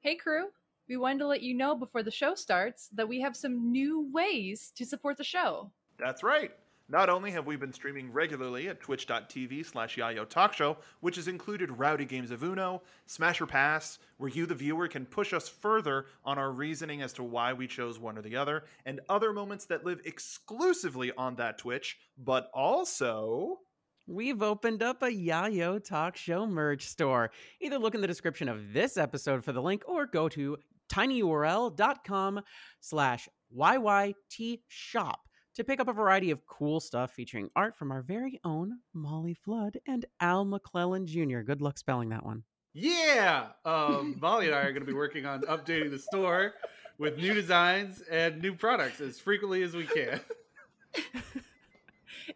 Hey, crew. We wanted to let you know before the show starts that we have some new ways to support the show. That's right. Not only have we been streaming regularly at twitch.tv slash yayo talk show, which has included rowdy games of Uno, Smash or Pass, where you, the viewer, can push us further on our reasoning as to why we chose one or the other, and other moments that live exclusively on that Twitch, but also. We've opened up a Yayo Talk Show merch store. Either look in the description of this episode for the link or go to tinyurl.com slash YYT shop to pick up a variety of cool stuff featuring art from our very own Molly Flood and Al McClellan Jr. Good luck spelling that one. Yeah, um, Molly and I are going to be working on updating the store with new designs and new products as frequently as we can.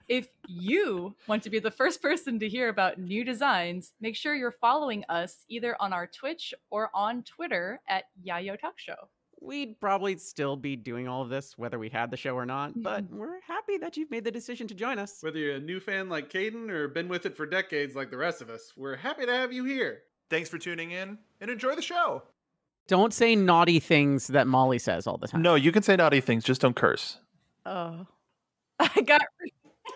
If you want to be the first person to hear about new designs, make sure you're following us either on our Twitch or on Twitter at Yayo Talk Show. We'd probably still be doing all of this whether we had the show or not, but we're happy that you've made the decision to join us. Whether you're a new fan like Caden or been with it for decades like the rest of us, we're happy to have you here. Thanks for tuning in and enjoy the show. Don't say naughty things that Molly says all the time. No, you can say naughty things, just don't curse. Oh, I got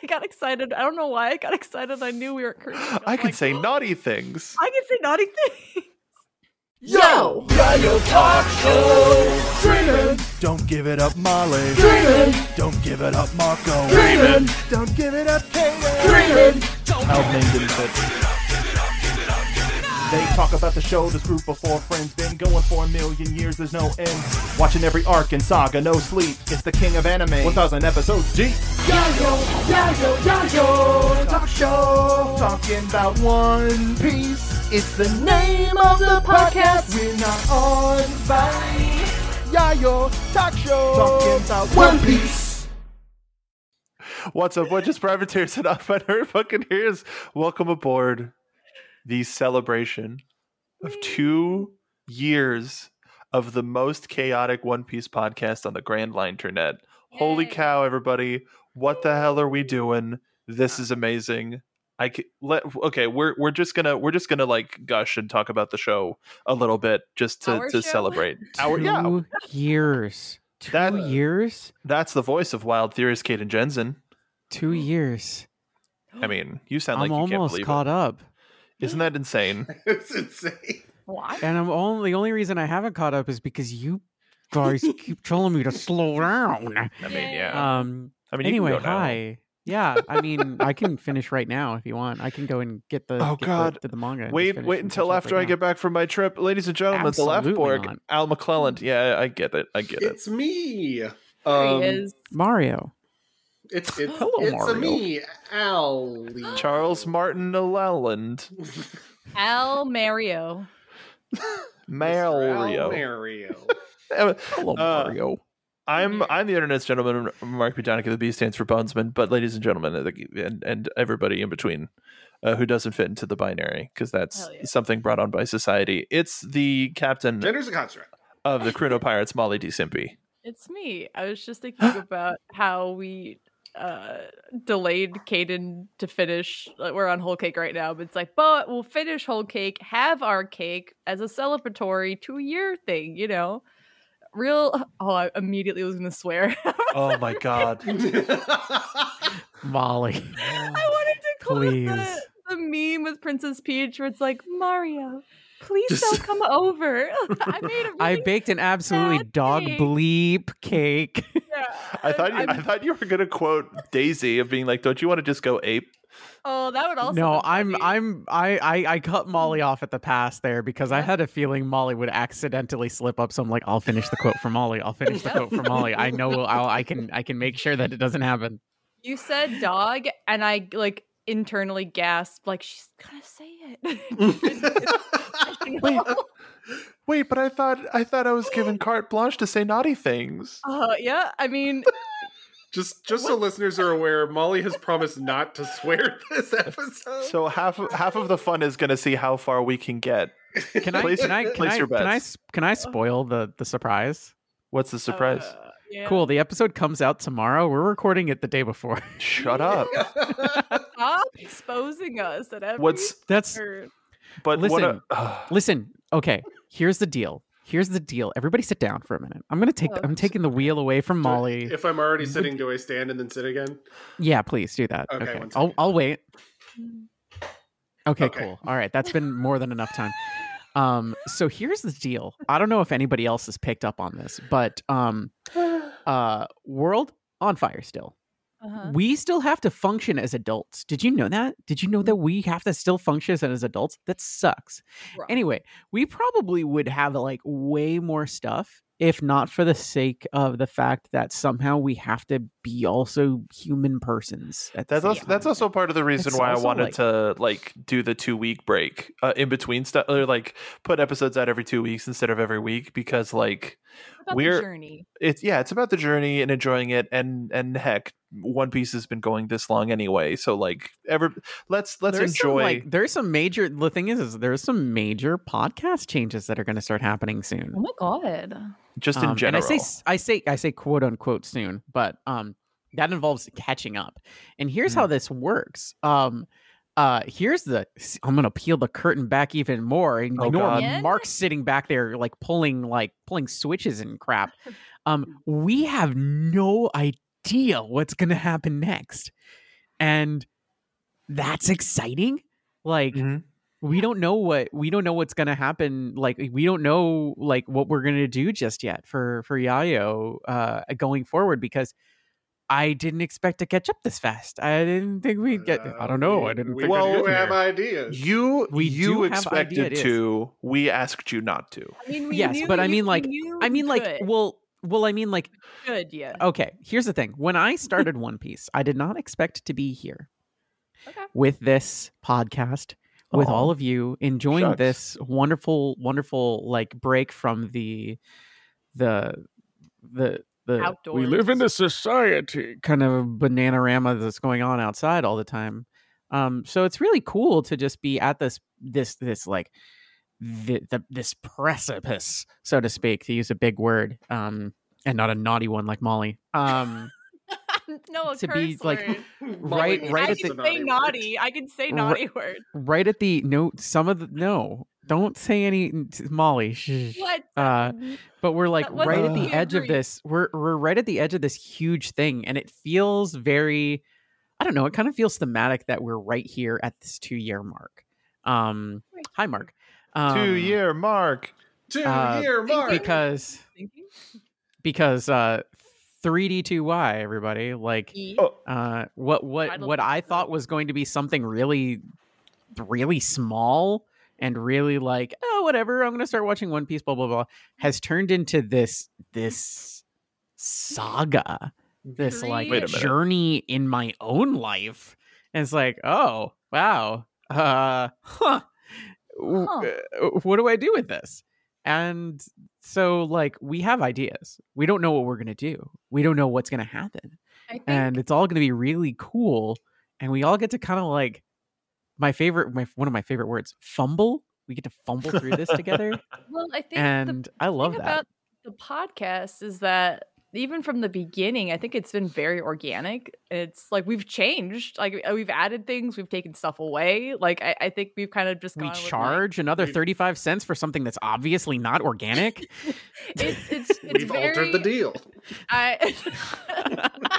I got excited. I don't know why I got excited. I knew we were cursing. I'm I can like, say naughty things. I can say naughty things. Yo! Yayo Talk Show! Dreamin', Don't give it up, Molly. dreamin', Don't give it up, Marco. dreamin', Don't give it up, Caleb. dreamin', Al's name didn't fit. They talk about the show this group before friends been going for a million years. There's no end. Watching every arc and saga, no sleep. It's the king of anime. 1,000 episodes deep. yayo, yayo, yayo, Talk show. Talking about One Piece. It's the name of the podcast. We're not on by Yayo Talk Show. Talking about One Piece. What's up, Bunches, Privateers, and Unfettered Buccaneers? Welcome aboard the celebration of two years of the most chaotic One Piece podcast on the Grand Line Internet. Holy Yay. cow, everybody. What the hell are we doing? This is amazing. I c- let okay, we're we're just gonna we're just gonna like gush and talk about the show a little bit just to, Our to show? celebrate. Our Two yeah, years. Two That- uh, years? that's the voice of Wild Theorist Caden Jensen. Two years. I mean, you sound I'm Mm-hmm. like you can't almost believe caught up. it. Isn't that insane? it's insane. Why? And I'm only the only reason I haven't caught up is because you guys keep telling me to slow down. I mean, Yeah. yeah. Um I mean, you can anyway, go now. hi. Yeah, I mean, I can finish right now if you want. I can go and get the Oh, get the- God. the, manga. and just Wait, finish wait and until catch up after right I get back from my trip, ladies and gentlemen. the Absolutely left not. borg, Al McClellan. Yeah, I get it. I get it. It's me. There Um, he is. now. Mario. It's it's, Hello, it's Mario. a me, Owly. Charles Martin Leland, Al Mario. Mario. Mario. Mario. Hello, Uh, Mario. I'm I'm the internet's gentleman. Mark B. Donica, the B stands for Bonesman, but ladies and gentlemen, uh, the- and and everybody in between uh, who doesn't fit into the binary because that's Hell yeah. something brought on by society. It's the captain Gender's a construct. of the Chrono Pirates, Molly D. Simpy. It's me. I was just thinking about how we uh delayed Caden to finish. Like, we're on whole cake right now, but it's like, but we'll finish whole cake, have our cake as a celebratory two year thing, you know? Real. Oh, I immediately was going to swear. Oh my god. Molly. I wanted to call Please. it the, the meme with Princess Peach where it's like, Mario, please Just- don't come over. I made a really I baked an absolutely dog thing. bleep cake. Yeah, I thought you, I'm- I thought you were gonna quote Daisy of being like, "Don't you want to just go ape?" Oh, that would also. Mm. no, be I'm funny. I'm I, I I cut Molly off at the pass there because I had a feeling Molly would accidentally slip up. So I'm like, I'll finish the quote for Molly. I'll finish the quote for Molly. I know I'll, I can I can make sure that it doesn't happen. You said dog, and I like internally gasped, like she's gonna say it. Wait, wait, but I thought I thought I was given carte blanche to say naughty things. uh, yeah, I mean, just just so listeners are aware, Molly has promised not to swear this episode. So half half of the fun is gonna see how far we can get. Can I Place- can I can place I, your can I bets. s- Oh. can I spoil the the surprise? What's the surprise? uh, yeah. Cool. The episode comes out tomorrow. We're recording it the day before. Shut up. Stop exposing us at every. What's That's turn. but what? Listen. A, listen. Okay, here's the deal. Here's the deal. Everybody sit down for a minute. I'm gonna take Oh, I'm taking the wheel away from Molly. If I'm already sitting, do I stand and then sit again? Yeah, please do that. Okay, Okay. one I'll second. I'll wait. Okay, Okay. cool. All right. That's been more than enough time. Um, so here's the deal. I don't know if anybody else has picked up on this, but um uh world on fire still. Uh-huh. We still have to function as adults. Did you know that? Did you know that we have to still function as- as adults? That sucks. Rough. Anyway, we probably would have like way more stuff if not for the sake of the fact that somehow we have to be also human persons. at the That's same also, that's time. also part of the reason It's why I also, wanted like- to like do the two week break uh, in between stuff, or like put episodes out every two weeks instead of every week because like What about the we're- journey. it's yeah, it's about the journey and enjoying it, and and heck, One Piece has been going this long anyway, so like ever let's let's there's enjoy. Some, like, there's some major. The thing is, is there's some major podcast changes that are going to start happening soon. Oh my god. just in Um, general. And I say s- I say I say quote unquote soon, but um that involves catching up. And here's Mm. how this works. Um uh here's the s- I'm going to peel the curtain back even more and Oh, ignore God. Mark sitting back there like pulling like pulling switches and crap. Um we have no idea what's going to happen next. And that's exciting. Like Mhm. we don't know what we don't know what's gonna happen like we don't know like what we're gonna do just yet for for yayo uh going forward because i didn't expect to catch up this fast i didn't think we'd get i don't know i didn't uh, We think we'd do well have ideas. You We do you have idea expected it is. to. We asked you not to. I mean, we Yes, knew but I you- mean, we like- knew i we mean like could. well well i mean like Good, yeah. okay here's the thing when i started one piece i did not expect to be here Okay. with this podcast with all of you enjoying Shucks. this wonderful wonderful like break from the the the the we live in Outdoors. a society kind of bananarama that's going on outside all the time um so it's really cool to just be at this this this like the, the this precipice so to speak to use a big word um and not a naughty one like molly um no, a to be, curse like, word. right Like, right I at the can say naughty. I can say Ri- naughty words. right at the no some of the no don't say any n- t- molly shh. What? uh but we're like wasn't right at what the we edge of agreed. this we're we're right at the edge of this huge thing and it feels very i don't know it kind of feels thematic that we're right here at this two year mark um Right hi mark um, two year mark. Two uh, year mark. because because uh 3d2y everybody like Oh. uh what what Title what I thought was going to be something really really small and really like oh whatever I'm going to start watching One Piece blah blah blah has turned into this this saga this like Wait a minute. journey in my own life and it's like oh wow uh huh, W- Huh. uh, what do I do with this and so like we have ideas we don't know what we're going to do we don't know what's going to happen I think and it's all going to be really cool and we all get to kind of like my favorite my one of my favorite words fumble we get to fumble through this together well, I think the and i love thing about that the podcast is that even from the beginning, I think it's been very organic. It's like we've changed, like uh, we've added things, we've taken stuff away. Like I, I think we've kind of just we gone with, like- charge another we- 35 cents for something that's obviously not organic it's it's, it's We've altered the very- deal. I,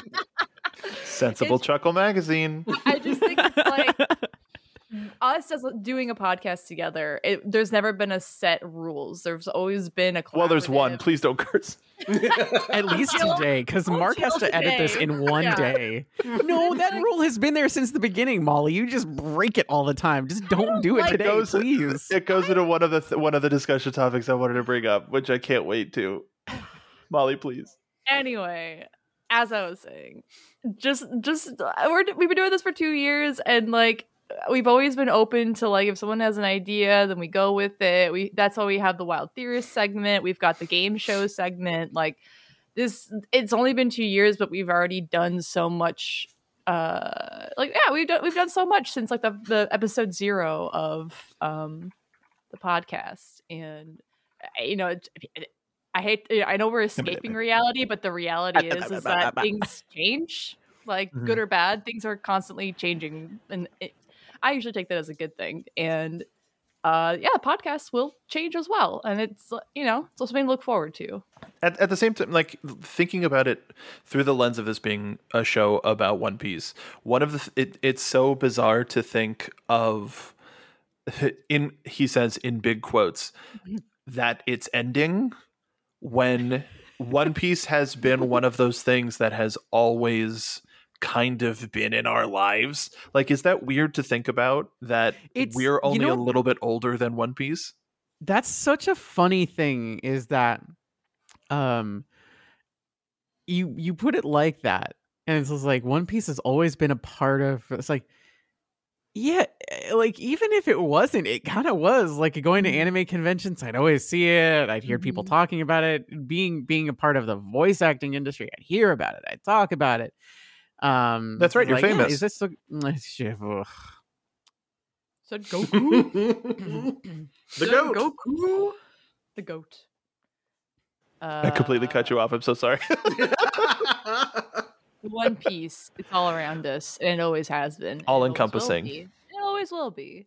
Sensible It's- Chuckle magazine. I just think it's like us as doing a podcast together. It, there's never been a set rules. There's always been a Well, there's one. collaborative- Please don't curse. at least Until- today because mark has until to edit this today. in one Yeah. day no that rule has been there since the beginning molly you just break it all the time just don't, don't do it like- today goes- please It goes into one of the th- one of the discussion topics I wanted to bring up, which I can't wait to. Molly, please. anyway as i was saying just just uh, we're, we've been doing this for two years and like uh, we've always been open to like if someone has an idea then we go with it we that's why we have the wild theorist segment we've got the game show segment like this it's only been two years but we've already done so much uh like yeah we've done we've done so much since like the, the episode zero of um the podcast and uh, you know it, it- i hate i know we're escaping reality but the reality is is that things change like Mhm. good or bad things are constantly changing and it, i usually take that as a good thing and uh, yeah, podcasts will change as well, and it's uh, you know it's something to look forward to. at, at the same time like thinking about it through the lens of this being a show about one piece one of the th- it, it's so bizarre to think of in he says in big quotes that it's ending when one piece has been one of those things that has always kind of been in our lives like is that weird to think about that It's- we're you only know- a little bit older than one piece that's such a funny thing is that um you you put it like that and it's just like one piece has always been a part of it's like yeah eh, like even if it wasn't it kind of was like going Mm-hmm. to anime conventions i'd always see it i'd hear people Mhm. talking about it being being a part of the voice acting industry i'd hear about it i'd talk about it um That's right, it's you're yeah, famous. is this the So Goku, the So goat. Goku, the goat. Uh, i completely cut you off i'm so sorry One Piece. It's all around us, and it always has been. and it All always will encompassing. be. It always will be.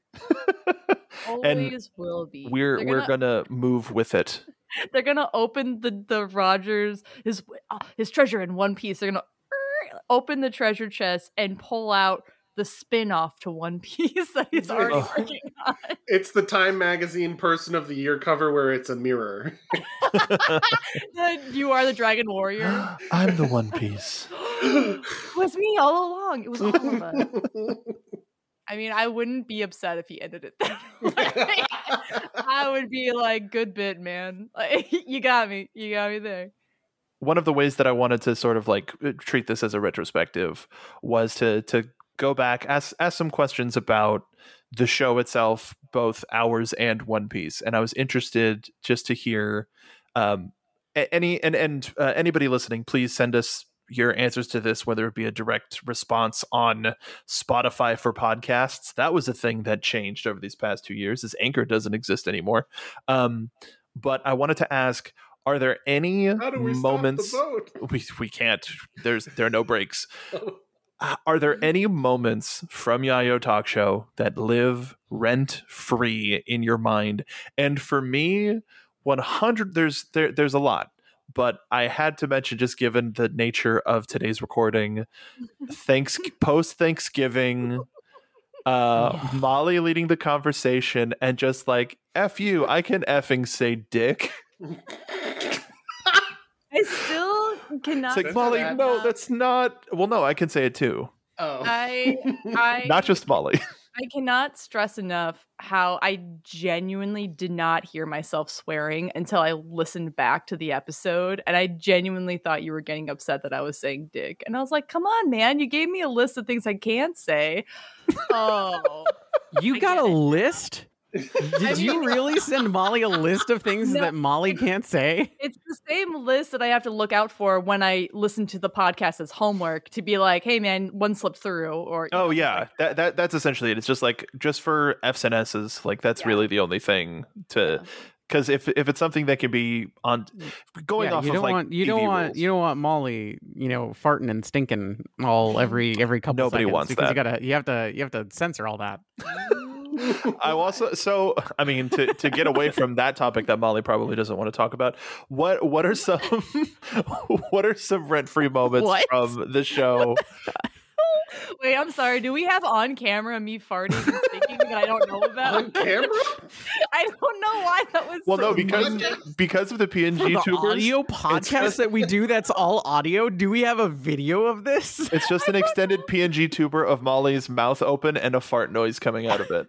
Always will be. we're They're we're gonna move with it they're gonna open the the Rogers his uh, his treasure in One Piece. They're gonna er, open the treasure chest and pull out the spin off to One Piece that he's already Oh. working on. It's the Time Magazine Person of the Year cover where it's a mirror. The you are the Dragon Warrior. I'm the One Piece. it was me all along. It was all of us. I mean, I wouldn't be upset if he ended it that way. I would be like, good bit, man. Like, you got me. You got me there. One of the ways that I wanted to sort of like treat this as a retrospective was to to go back ask ask some questions about the show itself, both ours and One Piece, and I was interested just to hear um, a- any and and uh, anybody listening, please send us your answers to this, whether it be a direct response on Spotify for podcasts. That was a thing that changed over these past two years. Is Anchor doesn't exist anymore. Um, but I wanted to ask: Are there any How do we moments? stop the we we can't. There's there are no breaks. boat? Uh, Are there any moments from Yayo Talk Show that live rent free in your mind? And for me, 100 there's there there's a lot, but I had to mention just given the nature of today's recording, thanks post Thanksgiving uh Molly leading the conversation and just like F you, I can effing say dick. I still cannot. It's like That's Molly, bad. no, that's not well no, I can say it too. Oh. I I Not just Molly. I cannot stress enough how I genuinely did not hear myself swearing until I listened back to the episode. And I genuinely thought you were getting upset that I was saying dick. And I was like, come on, man, you gave me a list of things I can't say. Oh. You I got get a it. list? Did you really send Molly a list of things No. that Molly can't say? It's the same list that I have to look out for when I listen to the podcast as homework to be like, hey, man, one slipped through. Or, you Oh know, yeah, that, that that's essentially it. It's just like just for Fs and Ss, like that's Yeah. really the only thing to because if if it's something that can be on going Yeah, off you of don't like want you TV don't want you rules. don't want Molly, you know, farting and stinking all every every couple Nobody seconds wants because you that. gotta you have to you have to censor all that. I also so I mean to to get away from that topic that Molly probably doesn't want to talk about. What what are some what are some rent free moments What? from the show? Wait, I'm sorry. Do we have on camera me farting and thinking that I don't know about? On camera? I don't know why that was. Well, so no, because random. because of the For the PNG tubers, audio podcast that we do, that's all audio. Do we have a video of this? it's just an extended PNG tuber of Molly's mouth open and a fart noise coming out of it.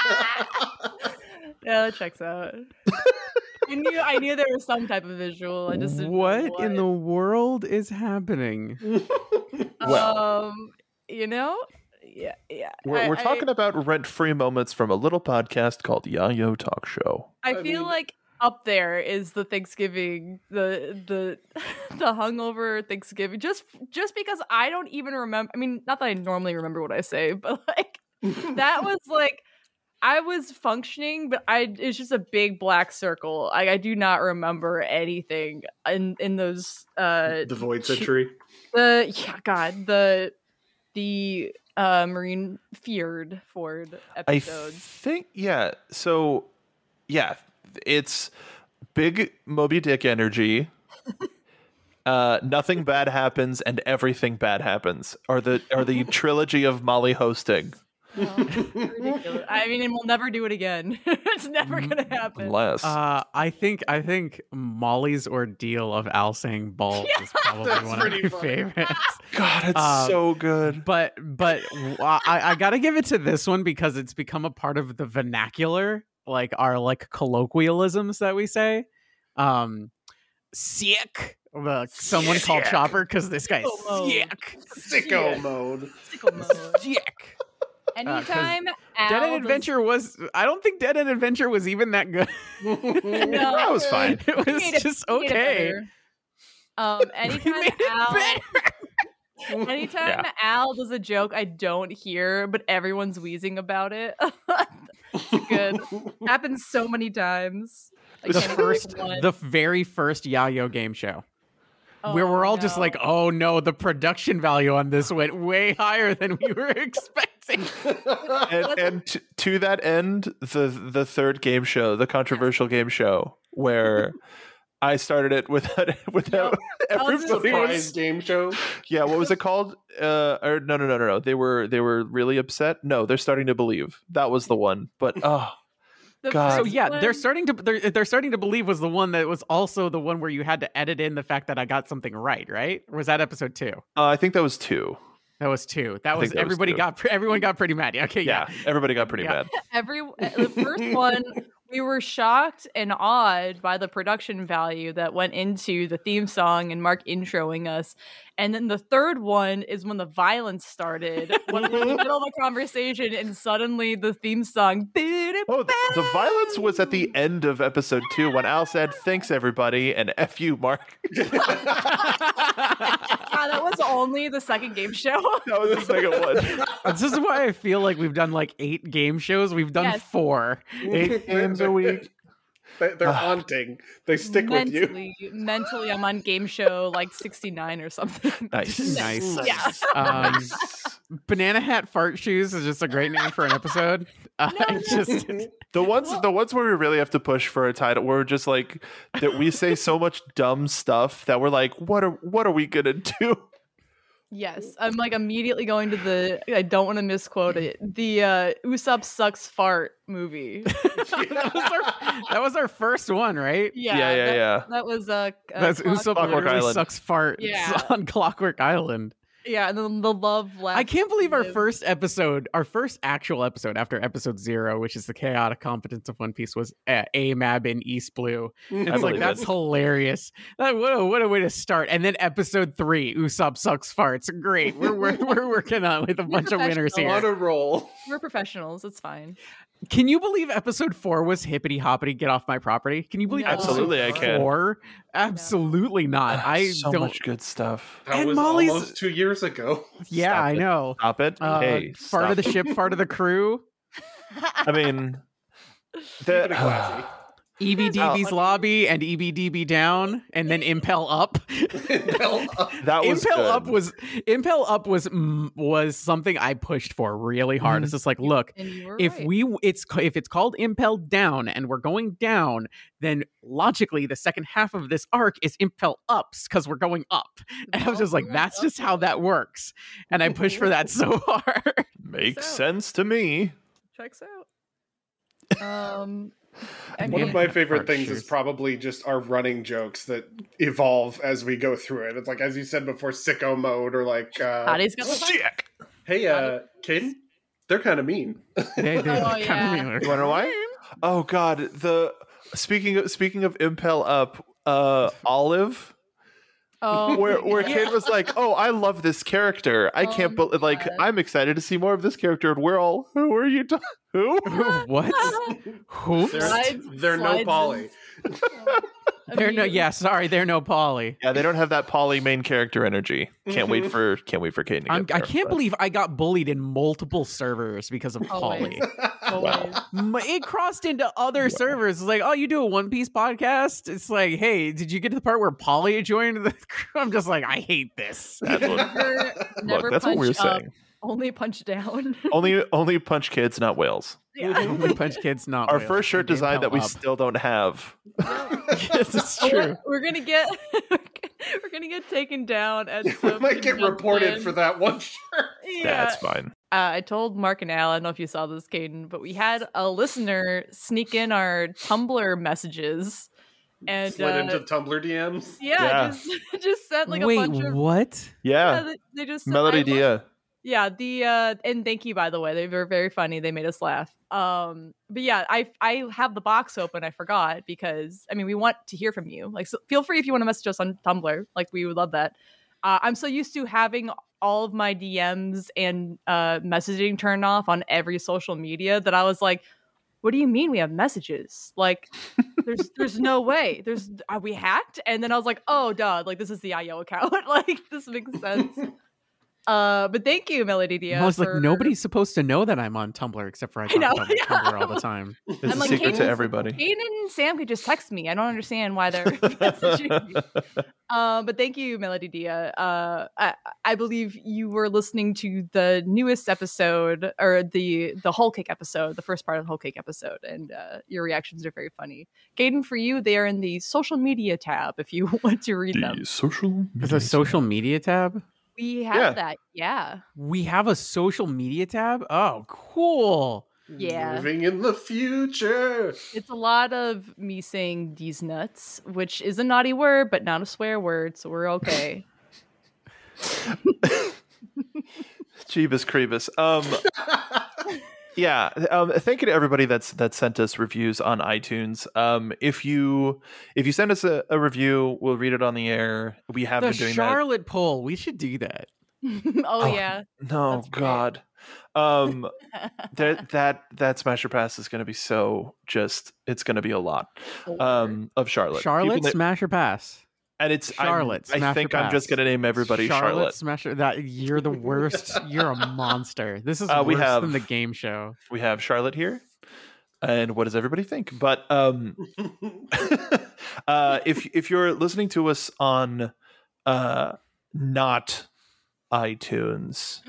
yeah, that checks out. I knew I knew there was some type of visual. I just didn't know what in the world is happening? Well. um, you know, yeah, yeah. We're, I- we're I- talking about rent free moments from a little podcast called Yayo Talk Show. I, I feel mean- like up there is the Thanksgiving, the the the hungover Thanksgiving. Just just because I don't even remember. I mean, not that I normally remember what I say, but like that was like I was functioning, but I it's just a big black circle. I, I do not remember anything in in those uh the Void Century. the yeah God the the uh, Marine Fjord Ford I episode. think yeah. So yeah, it's big Moby Dick energy. uh nothing bad happens and everything bad happens. Or the or the trilogy of Molly hosting. Ridiculous. I mean, and we'll never do it again. it's Mm, never gonna happen. Unless Uh, I think I think Molly's ordeal of Al saying balls is probably That's one of pretty my funny. favorites. God, it's uh, so good. But but w- I, I gotta give it to this one because it's become a part of the vernacular, like our like colloquialisms that we say. Um, sick. The, someone called Sick. Chopper because this guy's Homo. sick. Sicko Yeah. mode. Sickle mode. Sick. Anytime Ah, Dead Al End Adventure was. I don't think Dead End Adventure was even that good. does- That's No, That was fine. it we was made it- just we made it okay. better. Um, anytime made it Al, better. anytime Al does a joke I don't hear, but everyone's wheezing about it. It's good. Happens so many times. I The can't even pick first- one. The very first Yayo game show. where Oh, we're all just no. like, oh no, the production value on this went way higher than we were expecting. and, and t- to that end, the the third game show, the controversial game show, where I started it without without That was a everybody was- Surprise game show. yeah, what was it called? Uh, or no, no, no, no, no. They were they were really upset. No, they're starting to believe that was the one. But oh, The God. so first yeah, one- they're starting to they're, they're starting to believe was the one that was also the one where you had to edit in the fact that I got something right. Right? Or was that episode two? uh, I think that was two. That was two. That think was that was everybody two. got pre- everyone got pretty mad. Okay, yeah. Yeah, everybody got pretty Yeah. mad. every eh, the first one we were shocked and awed by the production value that went into the theme song and mark introing us and then the third one is when the violence started when we were in the middle of a conversation and suddenly the theme song Oh, th- the violence was at the end of episode two when Al said, "Thanks everybody," and "F you, Mark." God, that was only the second game show That was the second one. this is why I feel like we've done like eight game shows. We've done Yes. four. Eight games a week. They- They're haunting. They stick with you. mentally mentally i'm on game show like 69 or something Nice. Nice. yeah Um, Banana Hat Fart Shoes is just a great name for an episode. Uh, No, it just The ones, the ones where we really have to push for a title, where we're just like that we say so much dumb stuff that we're like, what are, what are we gonna do? Yes, I'm like immediately going to the. I don't want to misquote it. The uh, Usopp sucks fart movie. that, was our, that was our first one, right? Yeah, yeah, yeah. that, yeah. that was uh, uh, That's Clock- Usopp Clockwork literally Island. sucks farts Yeah. on Clockwork Island. Yeah, and then the love laugh. I can't believe our live. first episode, our first actual episode after episode zero, which is the chaotic competence of One Piece, was uh, AMAB in East Blue. It's like believe it. that's hilarious. That, what a what a way to start. And then episode three, Usopp sucks farts. Great, we're we're, we're working on with a bunch of winners professional. here. On a roll. We're professionals. It's fine. Can you believe episode four was hippity hoppity get off my property? Can you believe No. Absolutely, I episode can. Four? Absolutely not. Ah, I so don't. much good stuff. That And was Molly's- almost two years ago. yeah, Stop I it. know. Stop it. Uh, hey, fart of the stop ship, fart of the crew. it. I mean, Keep the, it classy. E EBDB's lobby and E EBDB down, and then Impel up. Bell up. that was Impel good. up was Impel up was mm, was something I pushed for really hard. It's just like, look, And you were if right. we it's ca- if it's called impel down and we're going down then logically the second half of this arc is impel ups because we're going up and i was just like Impel that's up. just how that works and i pushed for that so hard makes So- sense to me. checks out. Um, I One One mean, of my favorite Art things is shoes. probably just our running jokes that evolve as we go through it. It's like as you said before, sicko mode or like, uh, body's got the vibe. hey, uh, Caden, they're kind of mean. they, they, Oh, yeah. You wanna know why? Oh God. The speaking of speaking of Impel Up, uh, Olive. Oh, where where yeah. kid was like, "Oh, I love this character. I Oh can't my believe. Like, God. I'm excited to see more of this character." And we're all, "Who are you? talking? who?" what Who? They're, Slides- they're slides no Polly. There no immune. yeah, sorry, there no Polly. Yeah, they don't have that poly main character energy. Can't wait for can't wait for Caden. To I'm, get I there, can't but- believe I got bullied in multiple servers because of Polly. Always. Always. M- it crossed into other servers. It's like, oh, you do a One Piece podcast? It's like, hey, did you get to the part where Polly joined the crew? I'm just like, I hate this. That look- Never, look, never that's what punch we we're up, saying. Oh, only punch down. Only only punch kids, not whales. Only punch kids not Our Oh, whales. first shirt They design that held we up. still don't have. yes, it's Oh, true. We're, we're gonna get we're gonna get taken down at we some might get reported convention. for that one shirt. Yeah. That's fine. Uh, I told Mark and Al, I don't know if you saw this, Caden, but we had a listener sneak in our Tumblr messages and Slid uh, into Tumblr DMs. yeah, Yeah. Just, just sent like Wait, a bunch of what? Yeah. yeah, they- they just sent- I Melody love- Dia. yeah the uh and thank you by the way they were very funny they made us laugh um but yeah i i have the box open i forgot because i mean we want to hear from you like so feel free if you want to message us on tumblr like we would love that uh, i'm so used to having all of my dms and uh messaging turned off on every social media that i was like what do you mean we have messages like there's there's no way there's are we hacked and then i was like oh duh like this is the io account like this makes sense uh but thank you melody Dia, I was like, for- nobody's supposed to know that I'm on Tumblr except for I, I know, talk about my yeah. Tumblr all the time. It's I'm a like, secret to Caden's- everybody. Aiden and Sam could just text me. I don't understand why they're messaging me. Uh, but thank you, Melody Dia. Uh, I, I believe you were listening to the newest episode or the the whole cake episode, the first part of the whole cake episode, and uh, your reactions are very funny. Gaiden, for you, they are in the social media tab if you want to read them. social There's a social media tab. We have Yeah. that. Yeah. We have a social media tab. Oh, cool. Yeah. Living in the future. It's a lot of me saying these nuts, which is a naughty word, but not a swear word, so we're okay. Jeebus Creebus. Um, yeah. Um, thank you to everybody that's that sent us reviews on iTunes. Um, if you if you send us a, a review, we'll read it on the air. We have the been doing Charlotte poll. We should do that. oh, Oh, yeah. that. No That's great. God. Um, that that that Smasher Pass is going to be so just. It's going to be a lot. Um, of Charlotte. Charlotte, People that- smash or pass. and it's I'm- Charlotte, I Smash think or I'm just Pass. going to name everybody Charlotte. smash or that. You're the worst. you're a monster. This is Uh, worse we have- than the game show. we have Charlotte here. And what does everybody think? But um uh if if you're listening to us on uh not iTunes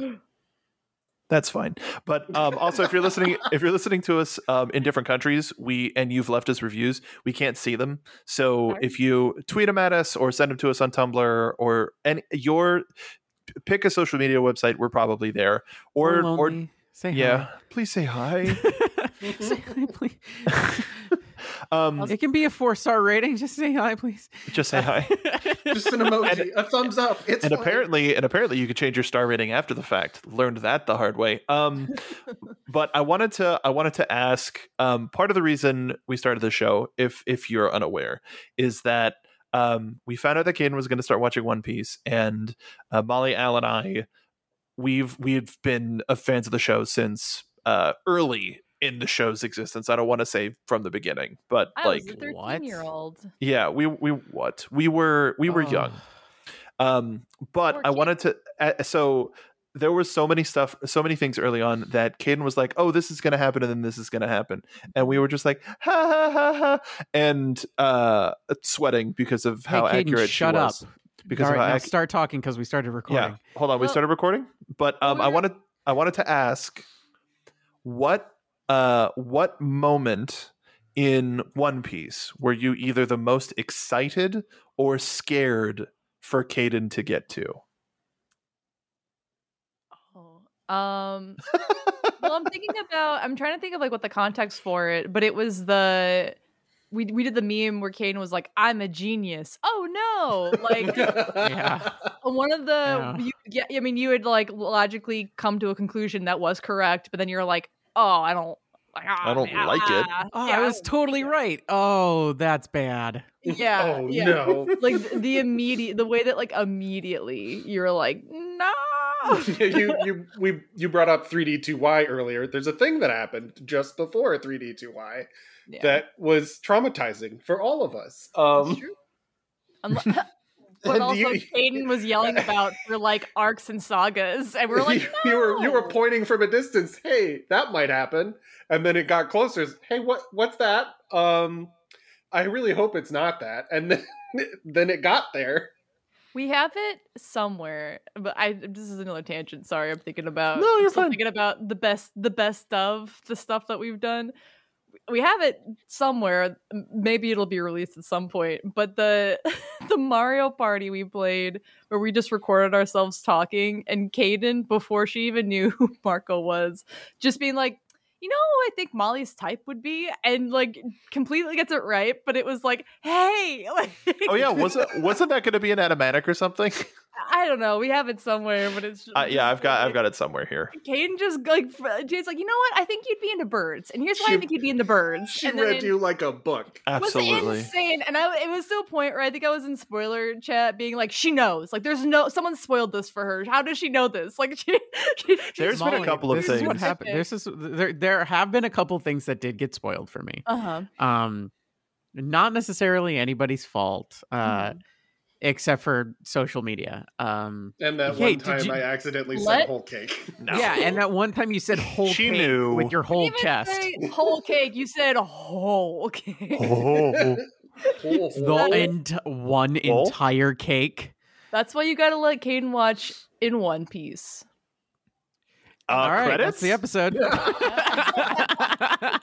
that's fine. But um also if you're listening if you're listening to us um in different countries, we and you've left us reviews, we can't see them. So if you tweet them at us or send them to us on Tumblr or any your pick a social media website, we're probably there. Or We're or lonely. say yeah, please say hi. hi. say hi, please. Um, it can be a four star rating. Just say hi, please. just say hi. Just an emoji, a thumbs up. It's and fine. apparently, and apparently, you could change your star rating after the fact. Learned that the hard way. Um, but I wanted to, I wanted to ask. Um, part of the reason we started the show, if if you're unaware, is that um, we found out that Caden was going to start watching One Piece, and uh, Molly, Al, and I, we've we've been uh, fans of the show since uh, early in the show's existence. I don't want to say from the beginning, but I like was a what? 13 year old. yeah we we what we were we were Oh. young Oh. um but Poor i wanted to uh, so there was so many stuff so many things early on that Caden was like oh this is going to happen and then this is going to happen and we were just like ha ha ha ha and uh sweating because of Hey, how Caden, accurate shut she up. was because All of right, how now ac- start talking because we started recording. yeah hold on we Well- started recording but Well, Oh, um we i were- wanted i wanted to ask what uh what moment in one piece were you either the most excited or scared for Caden to get to Oh. Um, well, I'm thinking about, I'm trying to think of like what the context for it, but it was the, we, we did the meme where Caden was like, I'm a genius. Oh no. Like, Yeah. one of the Yeah. you, yeah i mean you had like logically come to a conclusion that was correct but then you're like oh i don't like, ah, don't man, like it." ah, Oh, yeah, I was totally right. Oh, that's bad. yeah oh yeah. no. like th- the immediate the way that like immediately you're like no Oh. you you we you brought up 3D2Y earlier. There's a thing that happened just before 3D2Y Yeah. that was traumatizing for all of us. Um, Unle- but And also, you- Caden was yelling about for like arcs and sagas, and we're like, you, you were you were "No!" pointing from a distance. Hey, that might happen. And then it got closer. It's, Hey, what what's that? Um, I really hope it's not that. And then then it got there. We have it somewhere, but I this is another tangent. Sorry, I'm thinking about No, you're I'm still fine. Thinking about the best, the best of the stuff that we've done. We have it somewhere. m- Maybe it'll be released at some point. But the the Mario Party we played, where we just recorded ourselves talking, and Caden, before she even knew who Marco was, just being like. You know, who I think Molly's type would be, and like completely gets it right, but it was like, hey, like, Oh yeah, wasn't wasn't that going to be an animatic or something? I don't know. We have it somewhere, but it's just, Uh, yeah, I've got I've got it somewhere here. Caden just like f- Jade's like, you know what? I think you'd be into birds, and here's why I She- think you'd be into birds. She and then read it you like a book. Was Absolutely. insane, and I it was to a point where I think I was in spoiler chat, being like, she knows. Like, there's no someone spoiled this for her. How does she know this? Like, she, she There's been a Molly, couple of this Is what things. happened. This is there. There have been a couple things that did get spoiled for me. uh huh. Um, not necessarily anybody's fault, uh, except for social media. Um, And that Hey, one did time you- I accidentally What? said whole cake. No. Yeah, and that one time you said whole She cake knew. with your whole chest. whole cake. You said whole cake. Oh, the ent- one Whole? entire cake. That's why you gotta let Caden watch in one piece. uh, All right, credits. that's the episode.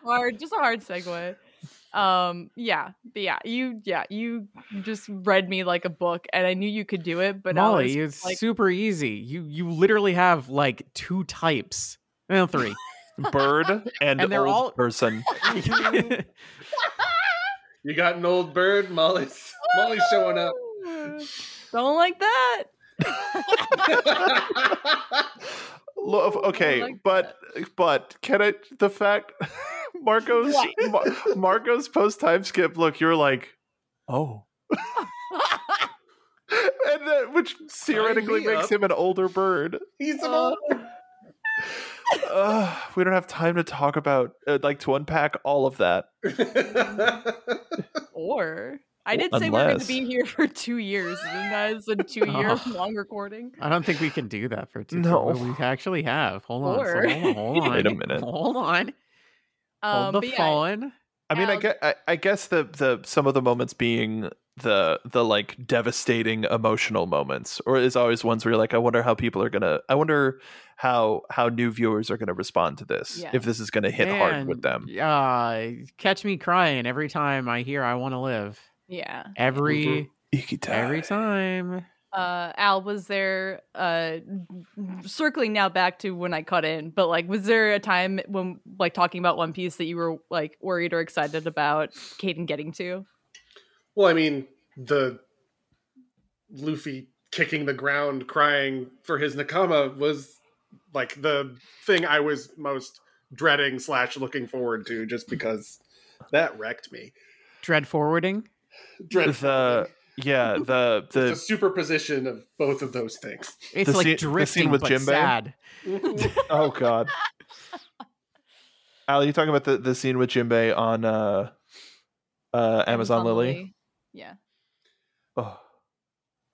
hard just a hard segue um yeah but yeah you yeah you just read me like a book and i knew you could do it but now Molly, it's it's like super easy. You you literally have like two types. Well, three. Bird and, And they're old all- person. You got an old bird, Molly's Molly's showing up. don't like that Lo- of- okay, Oh, like but but can I the fact Marco's Mar- Marco's post time skip look, you're like, oh. and that which theoretically me makes up. him an older bird. He's an Uh, old Ugh, we don't have time to talk about uh, like to unpack all of that. or i did say we're going to Unless- be here for two years and that is a two year long recording I don't think we can do that for two. No. well, we actually have. Hold on, so Or- hold on, hold on. Wait a minute. Hold on. um hold but the yeah, phone. I mean, I Al- guess, I, I guess the the some of the moments being the the like devastating emotional moments, or is always ones where you're like, I wonder how people are gonna, I wonder how how new viewers are gonna respond to this, Yeah. if this is gonna hit hard with them. Yeah, catch me crying every time I hear "I Want to Live." yeah Every Ikitai. every time. uh al was there uh circling now back to when i cut in but like was there a time when like talking about one piece that you were like worried or excited about Caden getting to Well, I mean, the Luffy kicking the ground crying for his Nakama was like the thing I was most dreading slash looking forward to just because that wrecked me. Dread forwarding. Dreadful. uh, The- Yeah, the the the superposition of both of those things. It's The like scene- the scene drifting with but Jinbei? sad. oh god. Al, you talking about the, the scene with Jinbei on uh uh Amazon, Lily? yeah Oh,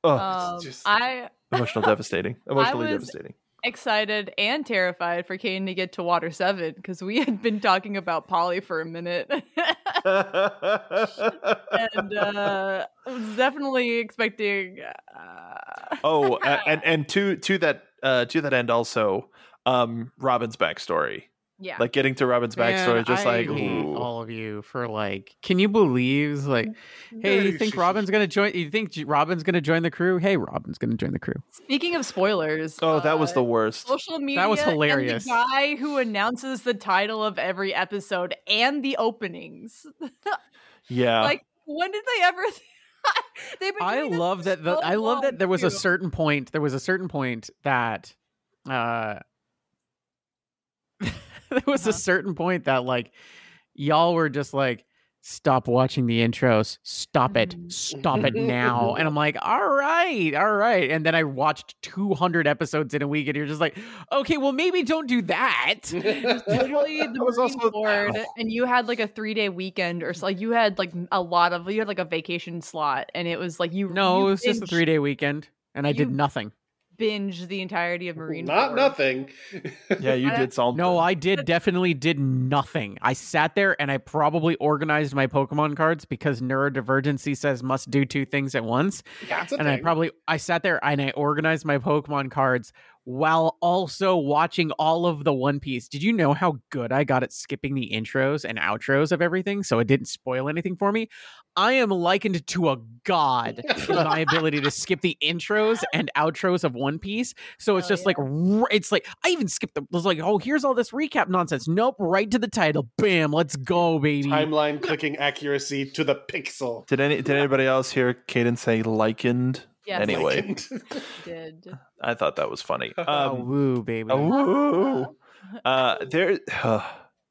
oh um, just- i emotional devastating. Emotionally was- devastating. excited and terrified for Caden to get to water seven because we had been talking about polly for a minute and uh was definitely expecting uh, oh, a- and and to to that uh, to that end also, um, Robin's backstory, yeah like getting to Robin's backstory, Man, just I like hate ooh. all of you for like. Can you believe Oh like? Hey, you think Robin's gonna join? You think J- Robin's gonna join the crew? Hey, Robin's gonna join the crew. speaking of spoilers oh, that was uh, the worst. social media. was and hilarious. the guy who announces the title of every episode and the openings. Yeah, like, when did they ever? They've been I doing this love for that. The, so I love long, that there was a too. certain point. There was a certain point that, uh, there was Uh-huh. a certain point that like y'all were just like, stop watching the intros. Stop it. Stop it Mm-hmm. now. And I'm like, all right, all right. And then I watched 200 episodes in a week, and you're just like, okay, well, maybe don't do that. Literally, the was Marine also- Board, and you had like a three day weekend or so. Like you had like a lot of you had like a vacation slot, and it was like you No, you it was just a binge- three day weekend, and I did You- nothing. binge the entirety of Marine. Not Board. nothing. Yeah, you I- did something. No, uh, I did definitely did nothing. I sat there and I probably organized my Pokemon cards because neurodivergency says must do two things at once. That's a and I thing. probably I sat there and I organized my Pokemon cards while also watching all of the One Piece. Did you know how good I got at skipping the intros and outros of everything so it didn't spoil anything for me? I am likened to a god for my ability to skip the intros and outros of One Piece. So it's Oh, just like r- it's like I even skipped the I was like, "Oh, here's all this recap nonsense." Nope, right to the title. Bam, let's go, baby. Timeline clicking accuracy to the pixel. Did any did anybody else hear Caden say likened? Yes, Anyway. I did. I thought that was funny. Oh, Um, woo, baby. oh, uh, there,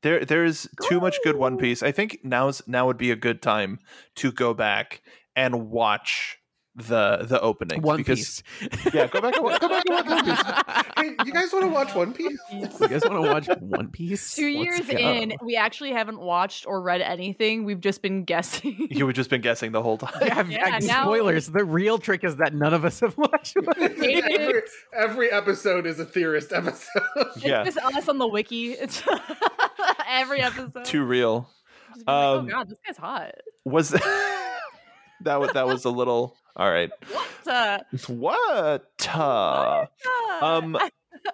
there, there is too much good One Piece. I think now's now would be a good time to go back and watch the the opening One because Piece. yeah, go back and wa- go back and watch One Piece. Hey, you guys want to watch One Piece? you guys want to watch One Piece? Two years Let's go. in, we actually haven't watched or read anything. We've just been guessing. You would just been guessing the whole time. Yeah, Yeah, I- now- spoilers. The real trick is that none of us have watched. One Piece. every, every episode is a theorist episode. It's Yeah, just us on the wiki. It's every episode. too real. Just be like, oh um, god, this guy's hot. Was that was that was a little all right? What? Uh, What? Uh, um "Ah,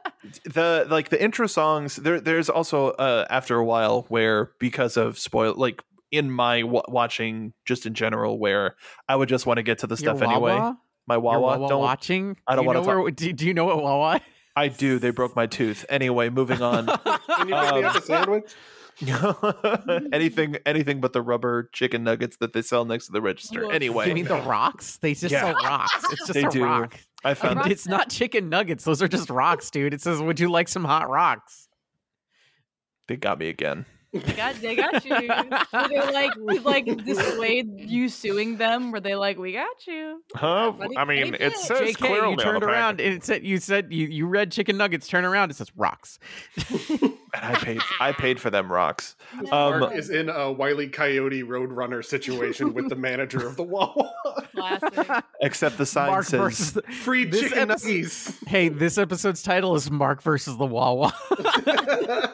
the like the intro songs there there's also uh after a while where because of spoil like in my wa watching just in general where i would just want to get to the Your stuff anyway Wawa? my Your wawa, Wawa don't watching. I Do don't you wanna know where- do, do you know what Wawa? i do they broke my tooth anyway moving on Can you pick me Um, up a sandwich? anything anything but the rubber chicken nuggets that they sell next to the register Look, You anyway mean the rocks? They just Yeah. sell rocks. It's just They a do. rock. i found rock- It's not chicken nuggets. Those are just rocks, dude. It says, "Would you like some hot rocks?" they got me again They got, they got you. Were they like, we, like dissuade you suing them? Were they like, we got you? huh What do you- uh, I mean, what do you it think? says JK, you turned around and it said, "You said you, you read chicken nuggets." Turn around. It says rocks. and i paid i paid for them rocks Um, Mark is in a Wiley Coyote Roadrunner situation with the manager of the Wawa. Classic. except the sign Mark says versus the- Free This chicken episode- nuggies. Hey, this episode's title is Mark versus the Wawa.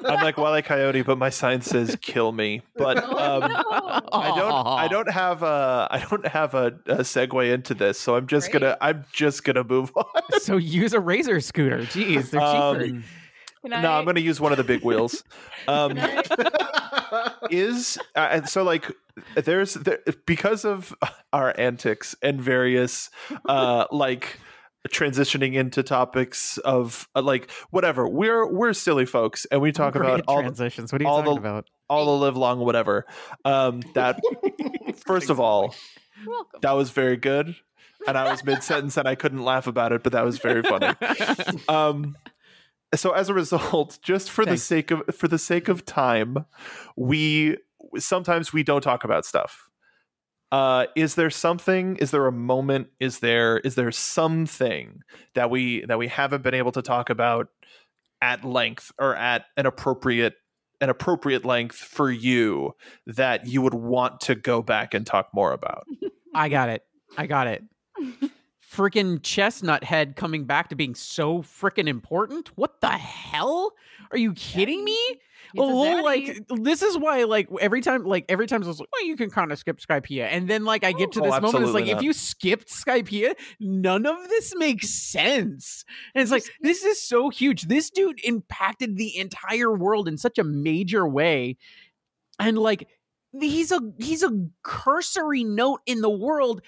I'm like Wile E. Coyote, but my sign says "kill me." But um, I don't. I don't have a. I don't have a, a segue into this, so I'm just Great. gonna. I'm just gonna move on. So use a razor scooter. Jeez, they're cheaper. Um, Can no, I, I'm gonna use one of the big wheels. Um, can I- is uh, and so like there's there, because of our antics and various uh like transitioning into topics of uh, like whatever we're we're silly folks and we talk about Great all the- transitions. What are you all talking the- about? all the live long whatever um that first of all You're welcome. that was very good and i was mid-sentence and i couldn't laugh about it but that was very funny um so as a result just for Thanks. the sake of for the sake of time we sometimes we don't talk about stuff uh is there something is there a moment is there is there something that we that we haven't been able to talk about at length or at an appropriate an appropriate length for you that you would want to go back and talk more about I got it. I got it. Freaking chestnut head coming back to being so freaking important. What the hell? Are you kidding me? He's a Oh, zaddy. like this is why, like every time, like every time, I was like, "Well, you can kind of skip Skypea," and then like I get to Oh, this moment, it's absolutely like if not. you skipped Skypea, none of this makes sense. And it's like this is so huge. This dude impacted the entire world in such a major way, and like he's a he's a cursory note in the world,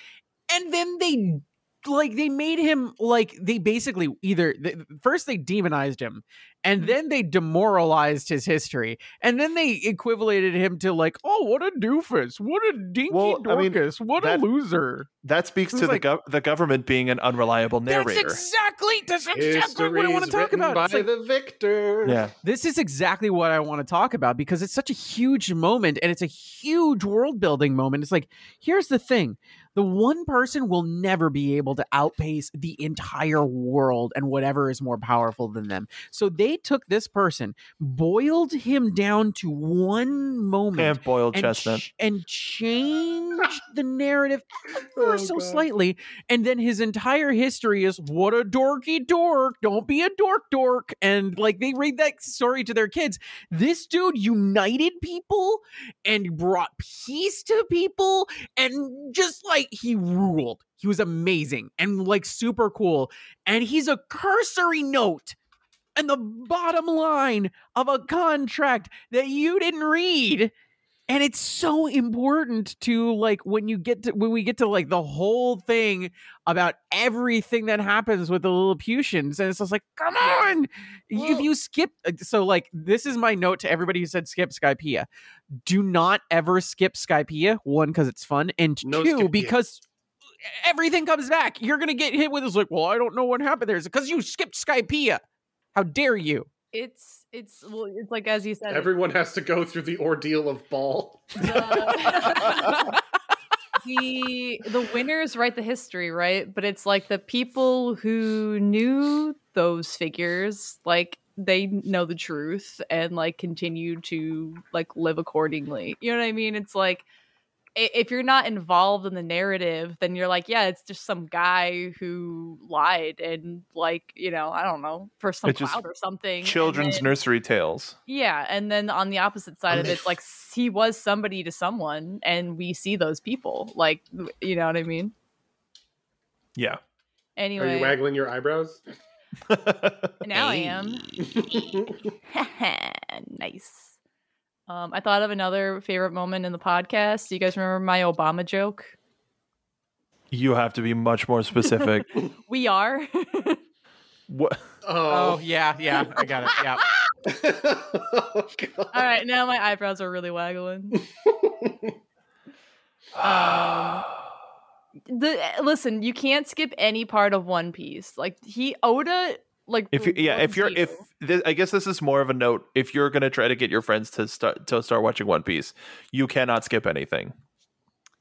and then they like they made him like they basically either th- first they demonized him and Mm-hmm. then they demoralized his history, and then they equivalated him to like, oh, what a doofus, what a dinky Well, I mean, dorcas, what that- a loser. That speaks Who's to like- the gov- the government being an unreliable narrator. That's exactly that's exactly what I want to History's talk written about. By It's like- the victor. yeah. this is exactly what I want to talk about because it's such a huge moment and it's a huge world building moment. It's like, here's the thing the one person will never be able to outpace the entire world and whatever is more powerful than them. So they took this person, boiled him down to one moment. And boiled And, chestnut. ch- and changed the narrative ever Oh, so God. slightly. And then his entire history is what a dorky dork. Don't be a dork dork. And like they read that story to their kids. This dude united people and brought peace to people. And just like he ruled, he was amazing and like super cool. And he's a cursory note. And the bottom line of a contract that you didn't read and it's so important to like when you get to when we get to like the whole thing about everything that happens with the Lilliputians, and it's just like, come on! if you skip, uh, so like this is my note to everybody who said skip Skypea. Do not ever skip Skypea. One, because it's fun, and No two, Skypea. because everything comes back. You're gonna get hit with this like, well, I don't know what happened there. It's because you skipped Skypea. How dare you? It's it's well, it's like as you said. it- Everyone has to go through the ordeal of ball. the, the the winners write the history, right? But it's like the people who knew those figures, like they know the truth and like continue to like live accordingly. You know what I mean? It's like i- if you're not involved in the narrative, then you're like, yeah, it's just some guy who lied and like, you know, I don't know, for some It's just cloud or something. and Children's then- nursery tales. yeah, and then on the opposite side of it, like s- he was somebody to someone, and we see those people. Like, you know what I mean? Yeah. Are you Anyway, waggling your eyebrows? now I am. nice. Um, I thought of another favorite moment in the podcast. Do you guys remember my Obama joke? you have to be much more specific. We are. what? Oh Oh. yeah, yeah, I got it. Yeah. Oh, God. All right, now my eyebrows are really waggling. Um, The listen, you can't skip any part of One Piece. Like he Oda, like if you, yeah, if loves you're you. if this, I guess this is more of a note. If you're gonna try to get your friends to start to start watching One Piece, you cannot skip anything.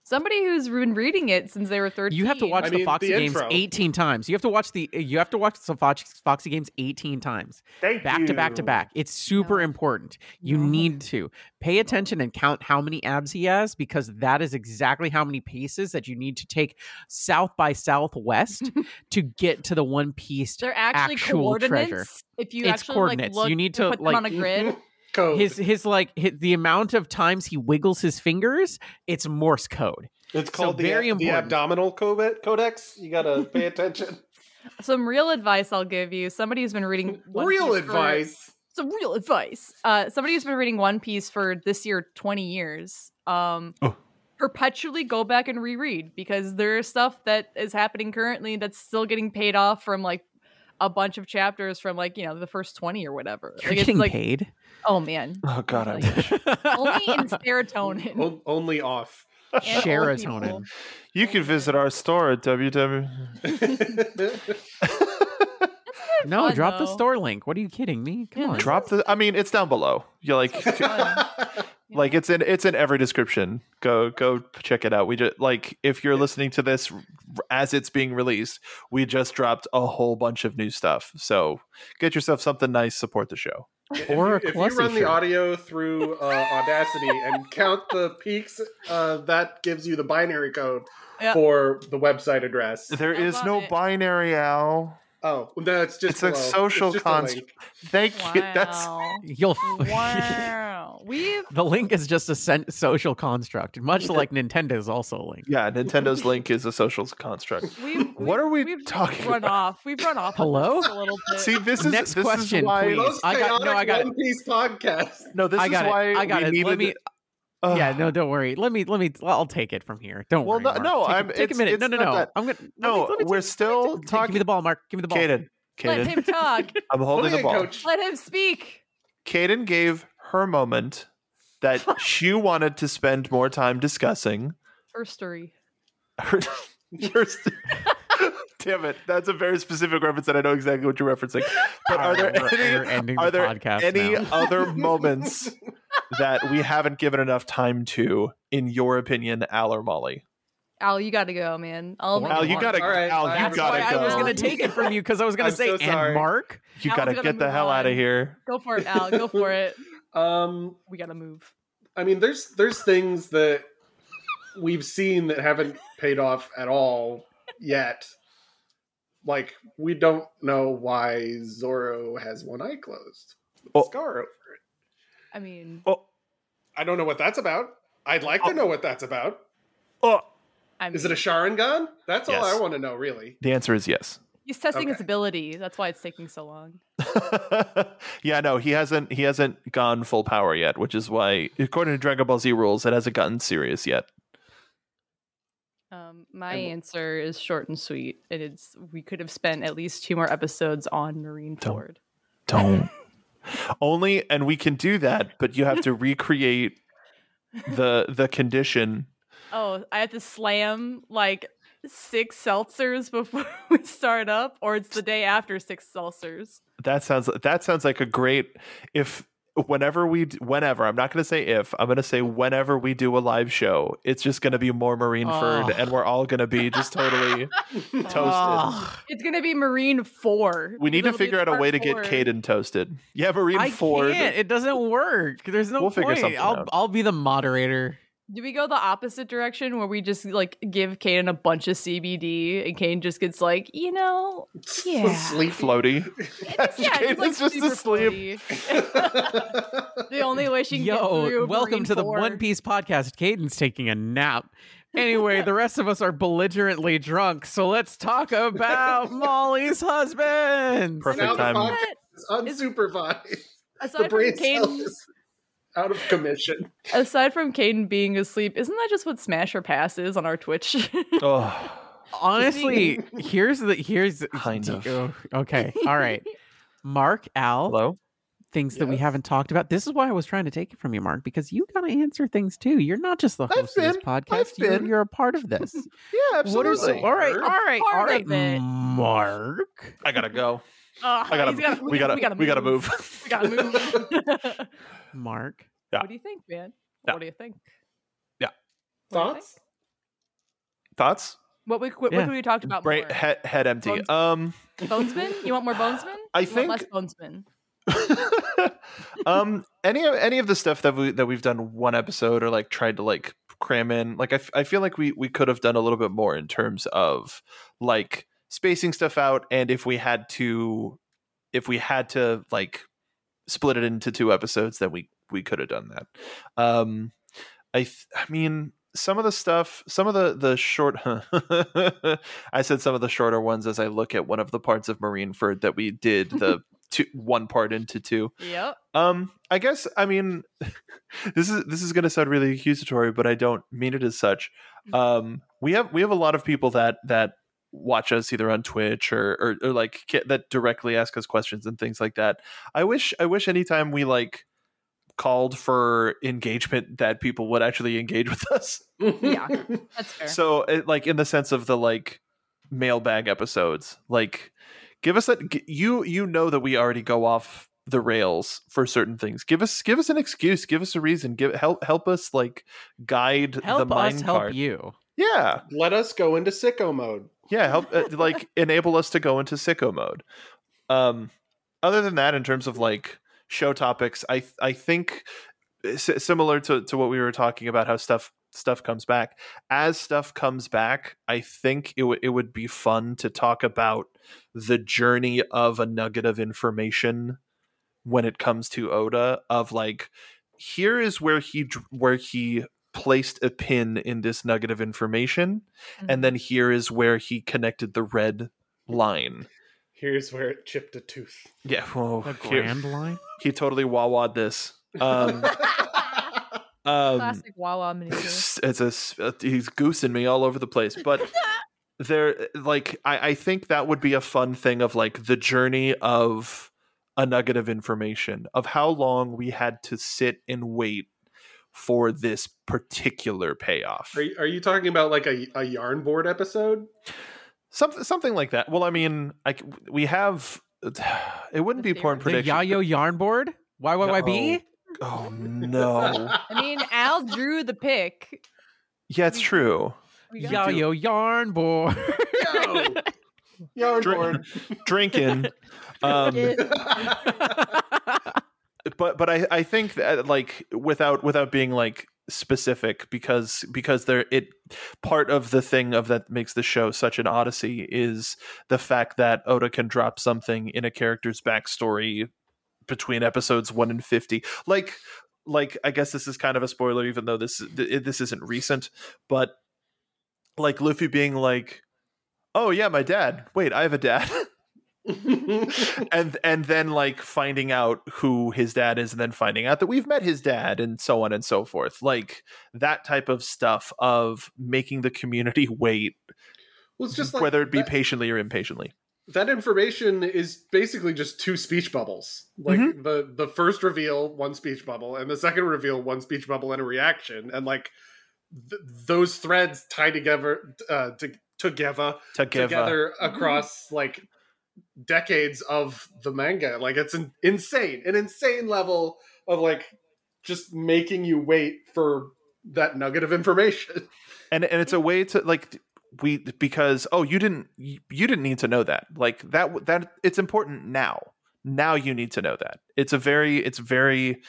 Somebody who's been reading it since they were 13. You have to watch I the mean, Foxy the games intro. 18 times. You have to watch the you have to watch the Fox, Foxy games 18 times. Thank Back to back to back. It's super No. important. You No. need to pay attention and count how many abs he has because that is exactly how many paces that you need to take south by southwest to get to the one piece. They're actually actual coordinates. treasure. If you It's actually coordinates. Like, look You need and to, put like- them on a grid. Mm-hmm. Code. His his like hi the amount of times he wiggles his fingers, it's Morse code. it's so called the, very the important. abdominal code- codex. You gotta pay attention. Some real advice I'll give you. Somebody who's been reading One Real Piece for- advice. some real advice. Uh, somebody who's been reading One Piece for this year 20 years. Um, Oh. Perpetually go back and reread because there is stuff that is happening currently that's still getting paid off from like a bunch of chapters from like you know the first 20 or whatever. You're like, getting it's like paid. oh man, Oh God, I Like- wish Oh, only in serotonin. O- only off. and old Serotonin. people. you can visit our store at www. No, fun, drop the though. store link. What are you kidding me? Come Yeah, on. that's Drop the. I mean, it's down below. You like like it's in it's in every description. Go go check it out. We just like if you're listening to this r- as it's being released, we just dropped a whole bunch of new stuff. So get yourself something nice. Support the show. Or if you, a if you run cluster. the audio through uh, Audacity and count the peaks, uh, that gives you the binary code Yeah. for the website address. There I is love no it. binary owl. Oh, no, it's just It's a below. social just a construct. link. Thank you. That's Wow. You'll wow. We've the link is just a sen- social construct, much like Nintendo's also a link. yeah. Nintendo's link is a social construct. we've What are we we've talking run about? off. We've run off. on Hello? this a little bit. See, this is Next this question, is why, please. Most I chaotic got- no, I got it. One Piece podcast. No, this I got is it. why I got we it. needed. Let me. Ugh. yeah, no, don't worry. Let me. Let me. I'll take it from here. Don't Well, worry. Mark. no- no, Take, I'm- take a it's- minute. it's No, no, not no. that- I'm gonna. let me- No, let me we're take- still take- Give me talking- the ball, Mark. Give me the ball. Kaden, Let Kaden, him talk. I'm holding the in, ball. Coach. Let him speak. Kaden gave her moment that she wanted to spend more time discussing. Firstery. Her- her st- Damn it. That's a very specific reference that I know exactly what you're referencing. But are there We're- we're any, ending are the there podcast any now. other moments that we haven't given enough time to, in your opinion, Al or Molly? Al, you gotta go, man. I'll Or Al, you gotta, All right, Al, fine. you That's why gotta I was go. going to take it from you because I was going I'm to say, so sorry. and Mark? You Al's gotta gonna get the move hell out of on. here. go for it, Al. Go for it. Um, We gotta move. I mean, there's there's things that we've seen that haven't paid off at all yet. Like we don't know why Zoro has one eye closed, with a Oh. scar over it. I mean, I don't know what that's about. I'd like to know what that's about. Oh, I mean, Is it a Sharingan? That's all Yes. I want to know, really. the answer is yes. he's testing his okay. ability. That's why it's taking so long. yeah, no, he hasn't. He hasn't gone full power yet, which is why, according to Dragon Ball Z rules, it hasn't gotten serious yet. Um, my And- answer is short and sweet. It is. We could have spent at least two more episodes on Marine Don't- Ford. Don't. Only, and we can do that, but you have to recreate the the condition. Oh, I have to slam like six seltzers before we start up, or it's the day after six seltzers. That sounds that sounds like a great if whenever we d- whenever I'm not going to say if I'm going to say whenever we do a live show, it's just going to be more Marineford, Oh. and we're all going to be just totally toasted. Ugh. It's gonna be Marine Four. We need to because it'll be figure out the a part way to get four. Caden toasted. Yeah, Marine I Ford. can't. It doesn't work. There's no We'll figure point. something I'll, out. I'll be the moderator. Do we go the opposite direction where we just like give Caden a bunch of CBD and Caden just gets like, you know, Yeah. Sleep Floaty. it's, yeah, it's, like, Caden's just super asleep. floaty. The only way she can get Yo, through welcome Marine to the Four- One Piece podcast. Caden's taking a nap. Anyway, the rest of us are belligerently drunk, so let's talk about Molly's husband. Perfect Now the time. podcast is Is- unsupervised. Aside The from brain cell Caden, is out of commission. aside from Caden being asleep, isn't that just what Smash or Pass is on our Twitch? Oh, Honestly, here's the here's Kind of. Oh, okay. All right. Mark, Al, hello. things that we Yes? haven't talked about. This is why I was trying to take it from you, Mark, because you gotta answer things too. You're not just the I've host of this been- I've podcast. You're, been. you're a part of this. Yeah, What are some- all right, all right, all Part right, of it. Mark. I gotta go. Ugh, I gotta. he's we gotta. We gotta. move. We gotta move. Mark. Yeah. What do you think, man? Yeah. What do you think? Yeah. What do you Thoughts? think? Thoughts? What we what, Yeah. what we talked about Brain, more? head, head empty. Bones- Um, bonesman? You want more bonesman? I You want think- less bonesman. um, any of any of the stuff that we that we've done one episode or like tried to like cram in, like I, f- I feel like we we could have done a little bit more in terms of like spacing stuff out, and if we had to, if we had to like split it into two episodes, then we we could have done that. Um, I th- I mean some of the stuff some of the the short i said some of the shorter ones as i look at one of the parts of marineford that we did the two one part into two Yep. um i guess i mean this is this is going to sound really accusatory but i don't mean it as such um we have we have a lot of people that that watch us either on twitch or or, or like ca- that directly ask us questions and things like that i wish i wish anytime we like called for engagement that people would actually engage with us Yeah. That's fair. so, it, like in the sense of the like mailbag episodes, like give us that. g- You you know that we already go off the rails for certain things. Give us give us an excuse. Give us a reason. Give help help us like guide Help the us mind help cart. you. Yeah, Let us go into sicko mode. yeah. Help uh, like enable us to go into sicko mode. Um, other than that, in terms of like show topics, I I think s- similar to, to what we were talking about how stuff stuff comes back as stuff comes back i think it, w- it would be fun to talk about the journey of a nugget of information when it comes to oda of like here is where he dr- where he placed a pin in this nugget of information and then here is where he connected the red line Here's where it chipped a tooth. yeah whoa, The here- grand line. he totally wah-wahed this um, um classic Wawa miniature. it's a s- uh, he's goosing me all over the place but there like I, I think that would be a fun thing of like the journey of a nugget of information of how long we had to sit and wait for this particular payoff. Are you, are you talking about like a, a yarn board episode? Something something like that. Well, I mean, I c- we have it wouldn't The be porn The prediction. Yayo yarn board? YYYB? oh no. I mean, Al drew the pick. Yeah, it's true. We got- Yayo yarn board. Yo! yarn board. Drink, drinking. Um, but but I, I think that like without without being like specific because because there it part of the thing of that makes the show such an odyssey is the fact that Oda can drop something in a character's backstory between episodes 1 and 50 like like I guess this is kind of a spoiler even though this th- this isn't recent but like Luffy being like oh yeah my dad wait I have a dad and and then like finding out who his dad is and then finding out that we've met his dad and so on and so forth like that type of stuff of making the community wait well, it's just like whether it be that- patiently or impatiently that information is basically just two speech bubbles like the the first reveal one speech bubble and the second reveal one speech bubble and a reaction and like th- those threads tie together uh to, together Together. together across like decades of the manga like it's an insane an insane level of like just making you wait for that nugget of information and and it's a way to like we because oh you didn't you you didn't need to know that like that w- that it's important now now you need to know that it's a very it's very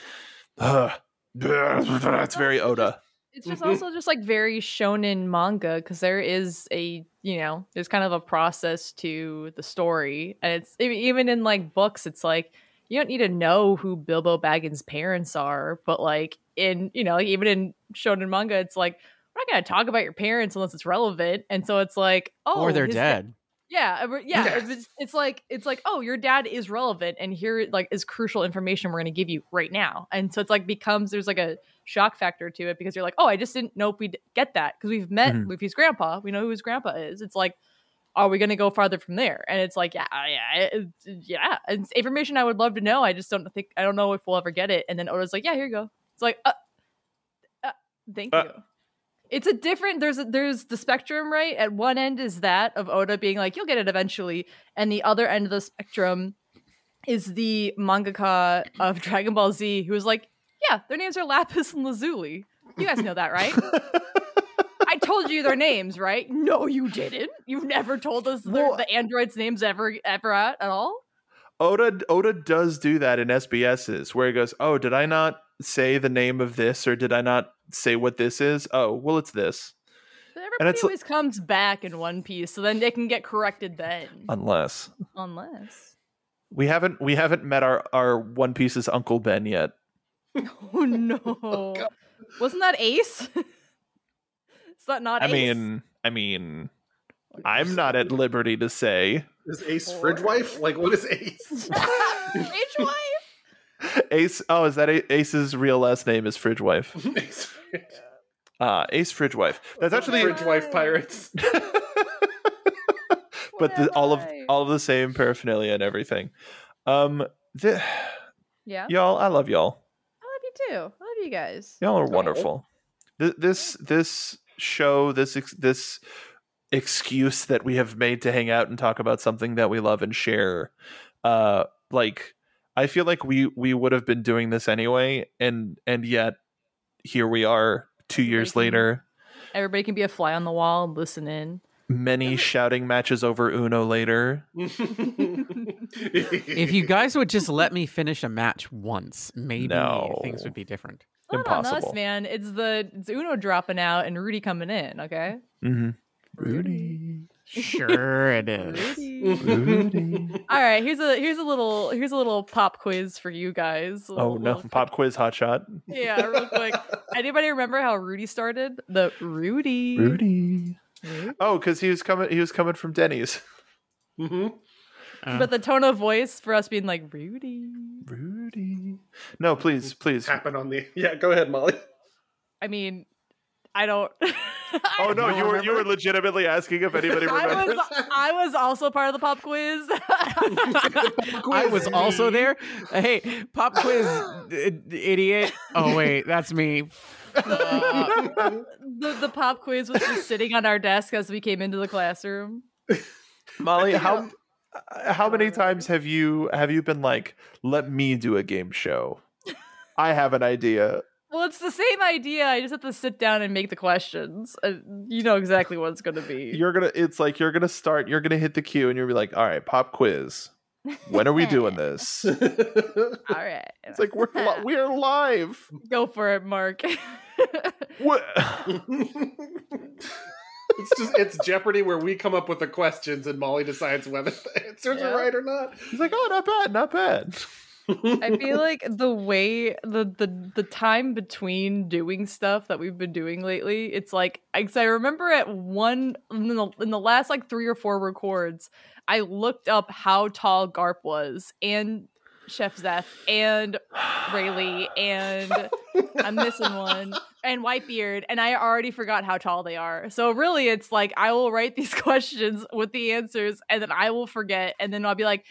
uh, it's very Oda It's just Mhm. also just like very shonen manga because there is a you know there's kind of a process to the story, and it's e- even in like books, it's like you don't need to know who Bilbo Baggins' parents are, but like in you know like even in shonen manga, it's like we're not gonna talk about your parents unless it's relevant, and so it's like oh or they're his da- dead. yeah, uh, yeah. Yeah. It's, it's like it's like oh, your dad is relevant, and here like is crucial information we're going to give you right now. And so it's like becomes there's like a shock factor to it because you're like, oh, I just didn't know if we'd get that because we've met Mhm. Luffy's grandpa. We know who his grandpa is. It's like, are we going to go farther from there? And it's like, yeah, yeah, it- it- yeah. It's information I would love to know. I just don't think I don't know if we'll ever get it. And then Oda's like, yeah, here you go. It's like, uh, uh, thank Uh, you it's a different there's a, there's the spectrum right at one end is that of oda being like you'll get it eventually and the other end of the spectrum is the mangaka of dragon ball z who was like yeah their names are lapis and lazuli you guys know that right i told you their names right no you didn't you never told us their- Well- the androids names ever ever at, at all Oda Oda does do that in SBS's where he goes, "Oh, did I not say the name of this or did I not say what this is? Oh, well it's this." but And everybody it's- always comes back in one piece so then they can get corrected then Unless unless we haven't we haven't met our our One Piece's Uncle Ben yet. Oh no! Wasn't that Ace? Is that not? I Ace? mean, I mean I'm not at liberty to say is ace fridge wife like what is ace Rage wife. Ace Oh, is that A- Ace's real last name is Fridgewife. ace fridge Uh, Ace Fridgewife. That's actually fridge wife pirates but the, all of Why? all of the same paraphernalia and everything. Um the, Yeah, y'all, I love y'all. I love you too. I love you guys. Y'all are wonderful. Th- This this show, this ex- this excuse that we have made to hang out and talk about something that we love and share, uh, like I feel like we we would have been doing this anyway, and and yet here we are, two years Making- later, Everybody can be a fly on the wall and listen in. many shouting matches over Uno later. If if you guys would just let me finish a match once, maybe No. things would be different. Not on Impossible. us, man. It's the it's Uno dropping out and Rudy coming in. Okay. Mm-hmm. Sure it is. Rudy. All right. Here's a here's a little here's a little pop quiz for you guys. A Oh little- no! little- Pop quiz, hot shot. Yeah, real quick. Anybody remember how Rudy started? The Rudy. Rudy. Oh, because he was coming. He was coming from Denny's. Mm-hmm. Uh, But the tone of voice for us being like Rudy. Rudy. No, please, please. happen on the yeah, go ahead, Molly. I mean, I don't. Oh no, You you were you remember? were legitimately asking if anybody I remembers. was I was also part of the pop quiz. I was also there. Hey, pop quiz, i- idiot. Oh wait, that's me. the, the, the pop quiz was just sitting on our desk as we came into the classroom. Molly, how uh, how many times have you have you been like, let me do a game show? I have an idea. Well, it's the same idea. I just have to sit down and make the questions. Uh, you know exactly what it's going to be. You're gonna it's like you're gonna start, you're gonna hit the cue and you'll be like, all right, pop quiz. When are we doing this? All right. It's like we're li- we're live. Go for it, Mark. What? it's just it's Jeopardy where we come up with the questions and Molly decides whether the answers Yeah. are right or not. He's like, oh, not bad, not bad. I feel like the way the, the the time between doing stuff that we've been doing lately, it's like because I remember at one in the, in the last like three or four records, I looked up how tall Garp was and Chef Zeph and Rayleigh and I'm missing one and Whitebeard and I already forgot how tall they are. So really, it's like I will write these questions with the answers and then I will forget and then I'll be like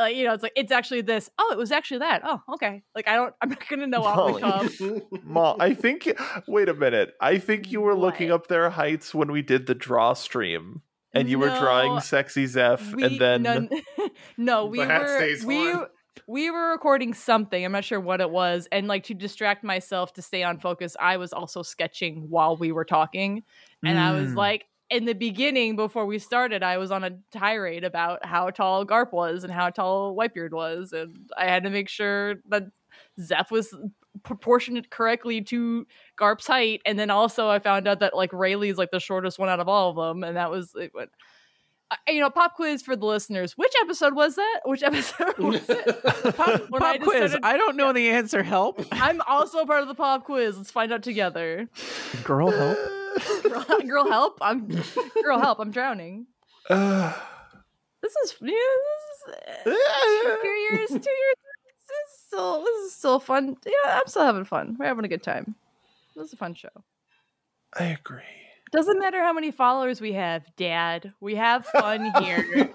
like you know, it's like it's actually this. Oh, it was actually that. Oh, okay. Like I don't, I'm not gonna know off the Molly. cuff. Mal, I think. Wait a minute. I think you were looking What? up their heights when we did the draw stream, and you were No, drawing sexy Zeph, We- and then none- no, we The hat were stays we on. we were recording something. I'm not sure what it was, and like to distract myself to stay on focus, I was also sketching while we were talking, and I was Mm. like. In the beginning, before we started, I was on a tirade about how tall Garp was and how tall Whitebeard was, and I had to make sure that Zeph was proportionate correctly to Garp's height, and then also I found out that like Rayleigh's like the shortest one out of all of them, and that was it. Went, uh, you know, pop quiz for the listeners. Which episode was that? Which episode was it? Pop, When I pop just quiz. started- I don't know the answer. Help, I'm also part of the pop quiz. Let's find out together. girl. Help. Girl, girl, help! I'm girl, help! I'm drowning. This is yeah, this is uh, two years, two years. This is still this is still fun. Yeah, I'm still having fun. We're having a good time. This is a fun show. I agree. Doesn't matter how many followers we have, Dad. We have fun here.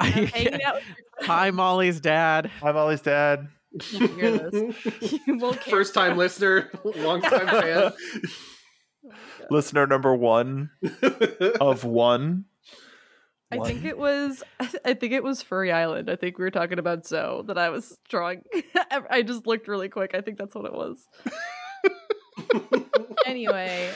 I'm hanging out with Hi, Molly's dad. Hi, Molly's dad. you. Hear this. You won't care. First time listener, long time fan. Listener number one of one. I think it was. I think it was Furry Island. I think we were talking about Zoe that I was drawing. I just looked really quick. I think that's what it was. anyway,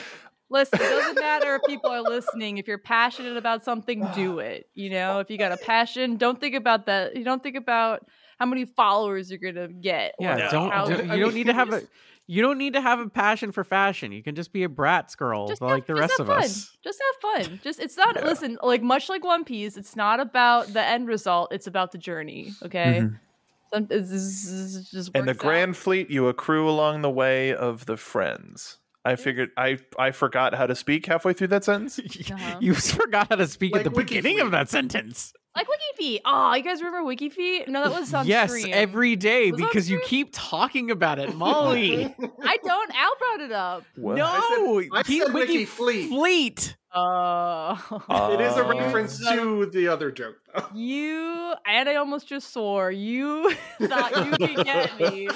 listen. It doesn't matter if people are listening. If you're passionate about something, do it. You know, if you got a passion, don't think about that. You don't think about how many followers you're gonna get. or Yeah, don't how- do- I you mean, don't need to have a just- you don't need to have a passion for fashion. You can just be a brat girl just have- like the just rest have of fun. us. Just have fun. Just it's not listen, like much like One Piece, it's not about the end result, it's about the journey, okay? Mm-hmm. Mhm. Some, it's, it's- it's just And the works out. grand fleet you accrue along the way of the friends. I figured I I forgot how to speak halfway through that sentence. Uh-huh. You forgot how to speak at Like the beginning WikiFleet. of that sentence. like Wiki Feet. Oh, you guys remember Wiki Feet? No, that was on yes, stream. every day Was that because you stream? keep talking about it, Molly. I don't Al brought it up. What? no, I keep said Wiki Fleet. Fleet. Oh. It is a Oh. reference to the other joke, though. you and I almost just swore. You thought you could get me.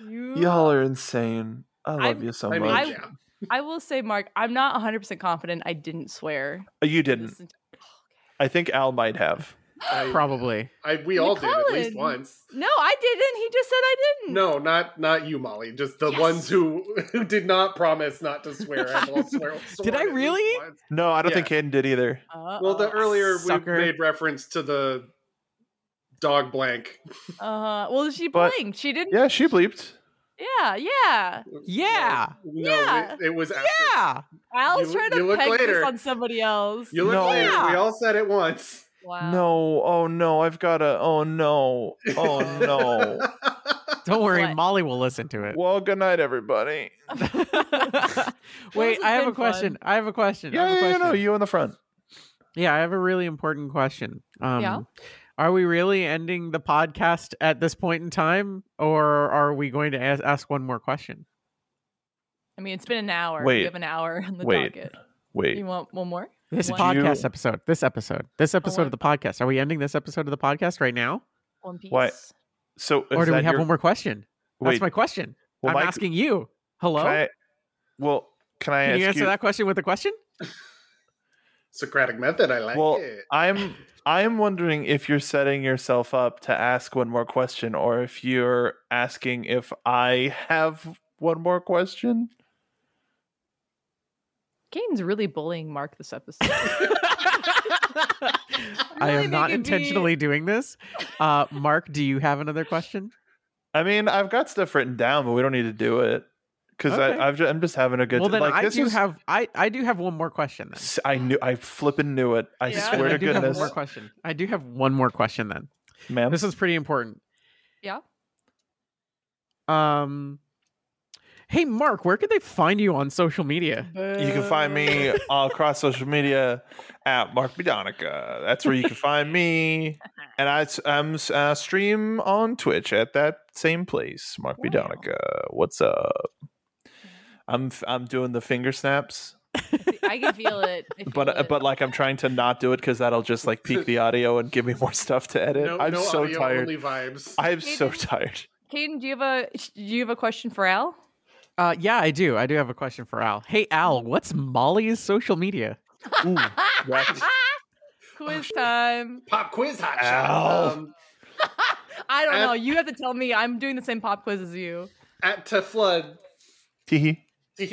You Y'all are insane. I love I'm- you so I mean, much. I- yeah. I will say, Mark, I'm not 100 percent confident I didn't swear. you didn't. This ent- I think Al might have. I, Probably. I, we all did at least McClellan. once. No, I didn't. He just said I Hmm. didn't. No, not not you, Molly. Just the Yes. ones who who did not promise not to swear. Have all swear sworn I at least really? once. No, I don't Yeah. think Caden did either. Uh-oh. Well, the earlier Sucker. we made reference to the dog blank. Uh, well, she But- blinked. she didn't. Yeah, she bleeped. Yeah, yeah. Yeah. No, Yeah. It, it was after. Yeah. Al's You- trying you to look peg this later. on somebody else. You look No. later. Yeah. We all said it once. wow. No, oh no, I've got a. Oh no, oh no. Don't worry, What? Molly will listen to it. well, good night, everybody. Wait, has I have a been question. I have a question. I Yeah, have a yeah, yeah, no, question. you in the front. Yeah, I have a really important question. Um, Yeah? Are we really ending the podcast at this point in time, or are we going to ask, ask one more question? I mean, it's been an hour. Wait. You have an hour in the Wait. docket. Wait, You want one more? This One- pod- podcast You- episode. This episode. This episode of the podcast. Are we ending this episode of the podcast right now, One piece. Why- so is or do we that have your- one more question? That's Wait, my question. well, I'm Mike, asking you. Hello. Can I, well, can I Can ask you answer that question with a question? Socratic method. I like Well, it. I'm I'm wondering if you're setting yourself up to ask one more question, or if you're asking if I have one more question. Caden's really bullying Mark this episode. I Really am making not me- intentionally doing this. Uh, Mark, do you have another question? I mean, I've got stuff written down, but we don't need to do it because Okay. I've just, I'm just having a good. well, t- then like, I this do was- have I, I do have one more question. Then S- I knew. I flippin' knew it. I Yeah. swear I to do have one goodness, more question. I do have one more question. Then ma'am. this is pretty important. Yeah? Um. Hey, Mark, where could they find you on social media? You can find me all across social media at Mark Bidonica. That's where you can find me. And I um, uh, stream on Twitch at that same place, Mark Wow. Bidonica. What's up? I'm f- I'm doing the finger snaps, I can feel it. I feel but uh, it. but like I'm trying to not do it because that'll just like peak the audio and give me more stuff to edit. No, I'm no so audio, tired. Only vibes. I'm so Hayden. tired. Caden, do you have a do you have a question for Al? Uh, yeah, I do. I do have a question for Al. Hey, Al, what's Molly's social media? Ooh, that's- Quiz time. Pop quiz hot Ow. shot. Um, I don't Al- know. You have to tell me. I'm doing the same pop quiz as you. at Teflud. Teehee. and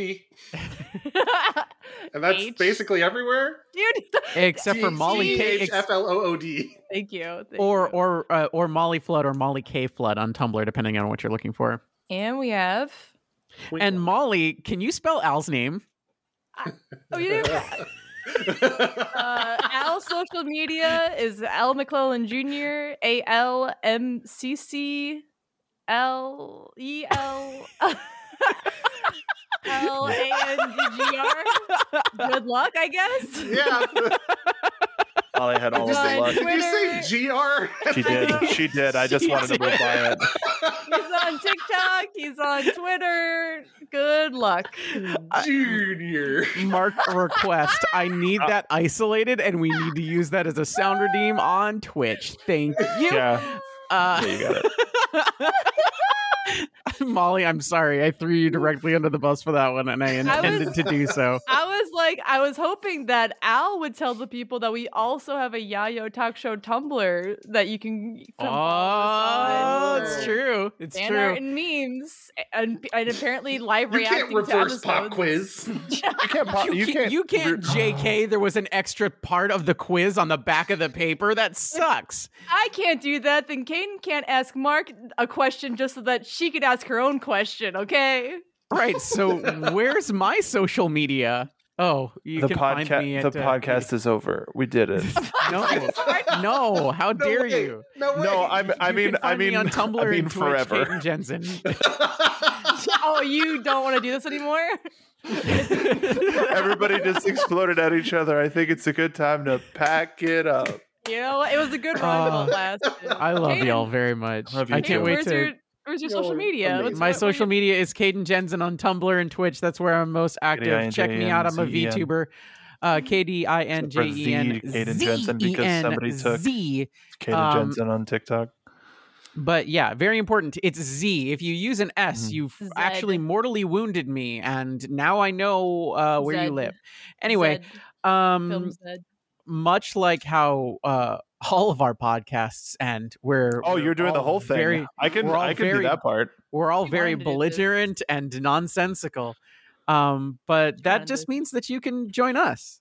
Dude, that's H. basically everywhere. Except for Molly K. ex- T-H-F-L-O-O-D. thank you. thank or you. or uh, or Molly Flood or Molly K Flood on Tumblr, depending on what you're looking for. and we have. And Molly, can you spell Al's name? Oh, you didn't. Uh, Al's social media is Al McClellan Jr. A L M C C L E L L A N D G R. Good luck, I guess. yeah. Molly had all of Just the saying. luck. Did you say Twitter. G-R? She did. She did. I just wanted to reply it. He's on TikTok. He's on Twitter. Good luck. Junior. Mark request. I need that isolated, and we need to use that as a sound redeem on Twitch. Thank you. Yeah, Uh, yeah, you got it. Molly, I'm sorry. I threw you directly under the bus for that one, and I was- intended to do so. I was like, I was hoping that Al would tell the people that we also have a Yayo Talk Show Tumblr that you can. e, Oh, follow us on it's for true. It's fan true. art and memes and, and apparently live You reacting can't reverse to pop episodes. quiz. You can't. po- you, you can't. can't, you can't JK. There was an extra part of the quiz on the back of the paper. That sucks. I can't do that. Then Caden can't ask Mark a question just so that she could ask her own question. Okay. Right. So where's my social media? Oh, you the can find me podcast. at The uh, podcast is over. We did it. No, no. How dare way. you? No way. no, I'm, I You mean, can I find me mean, on Tumblr I mean, and Twitch, forever. Caden Jensen. oh, you don't want to do this anymore? Everybody just exploded at each other. I think it's a good time to pack it up. You know, it was a good run while Oh. it lasted. I love Caden. y'all very much. Love you I can't too. wait where's to. Your, where's your Y'all social are media? amazing. What's- My what- what social you- media is Caden Jensen on Tumblr and Twitch. That's where I'm most active. E Check me out. I'm a K-D-I-N-J-E-N. VTuber. Uh, K D I N J E N Except for the Caden Jensen, because somebody took- Z. Kaden Um, Jensen on TikTok. But yeah, very important. It's Z. If you use an S, Mhm. you've Zed. actually mortally wounded me, and now I know uh, where Zed. you live. Anyway, Zed, um, film Zed. much like how uh, all of our podcasts end, where Oh, we're you're doing the all whole thing. Very, I can. we're all I can do very- that part. we're all We very wanted to do this. belligerent and nonsensical um but that wanted just to- means that you can join us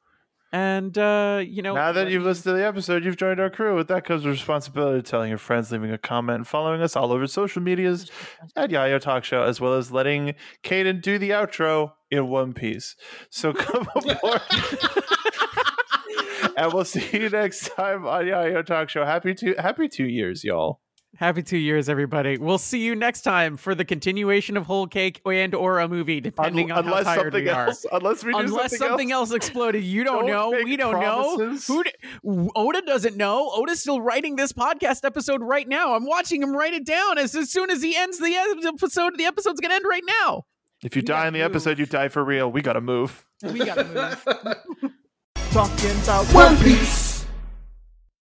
and uh you know now that let you've me- listened to the episode, you've joined our crew. With that comes the responsibility of telling your friends, leaving a comment, and following us all over social medias at Yayo Talk Show, as well as letting Kaden do the outro in one piece. So come aboard. and we'll see you next time on Yayo Talk Show. Happy two happy two years, y'all. happy two years everybody we'll see you next time for the continuation of whole cake and or a movie depending Un- on unless how tired something we are else unless we do unless something, something else. exploded you don't, know make we don't know promises. who d- Oda doesn't know. Oda's still writing this podcast episode right e-, now. I'm watching him write it down as, as soon as he ends the episode. The episode's gonna end right now. If you die in the episode, you die for real. We gotta move. We gotta move. Talking about One Piece.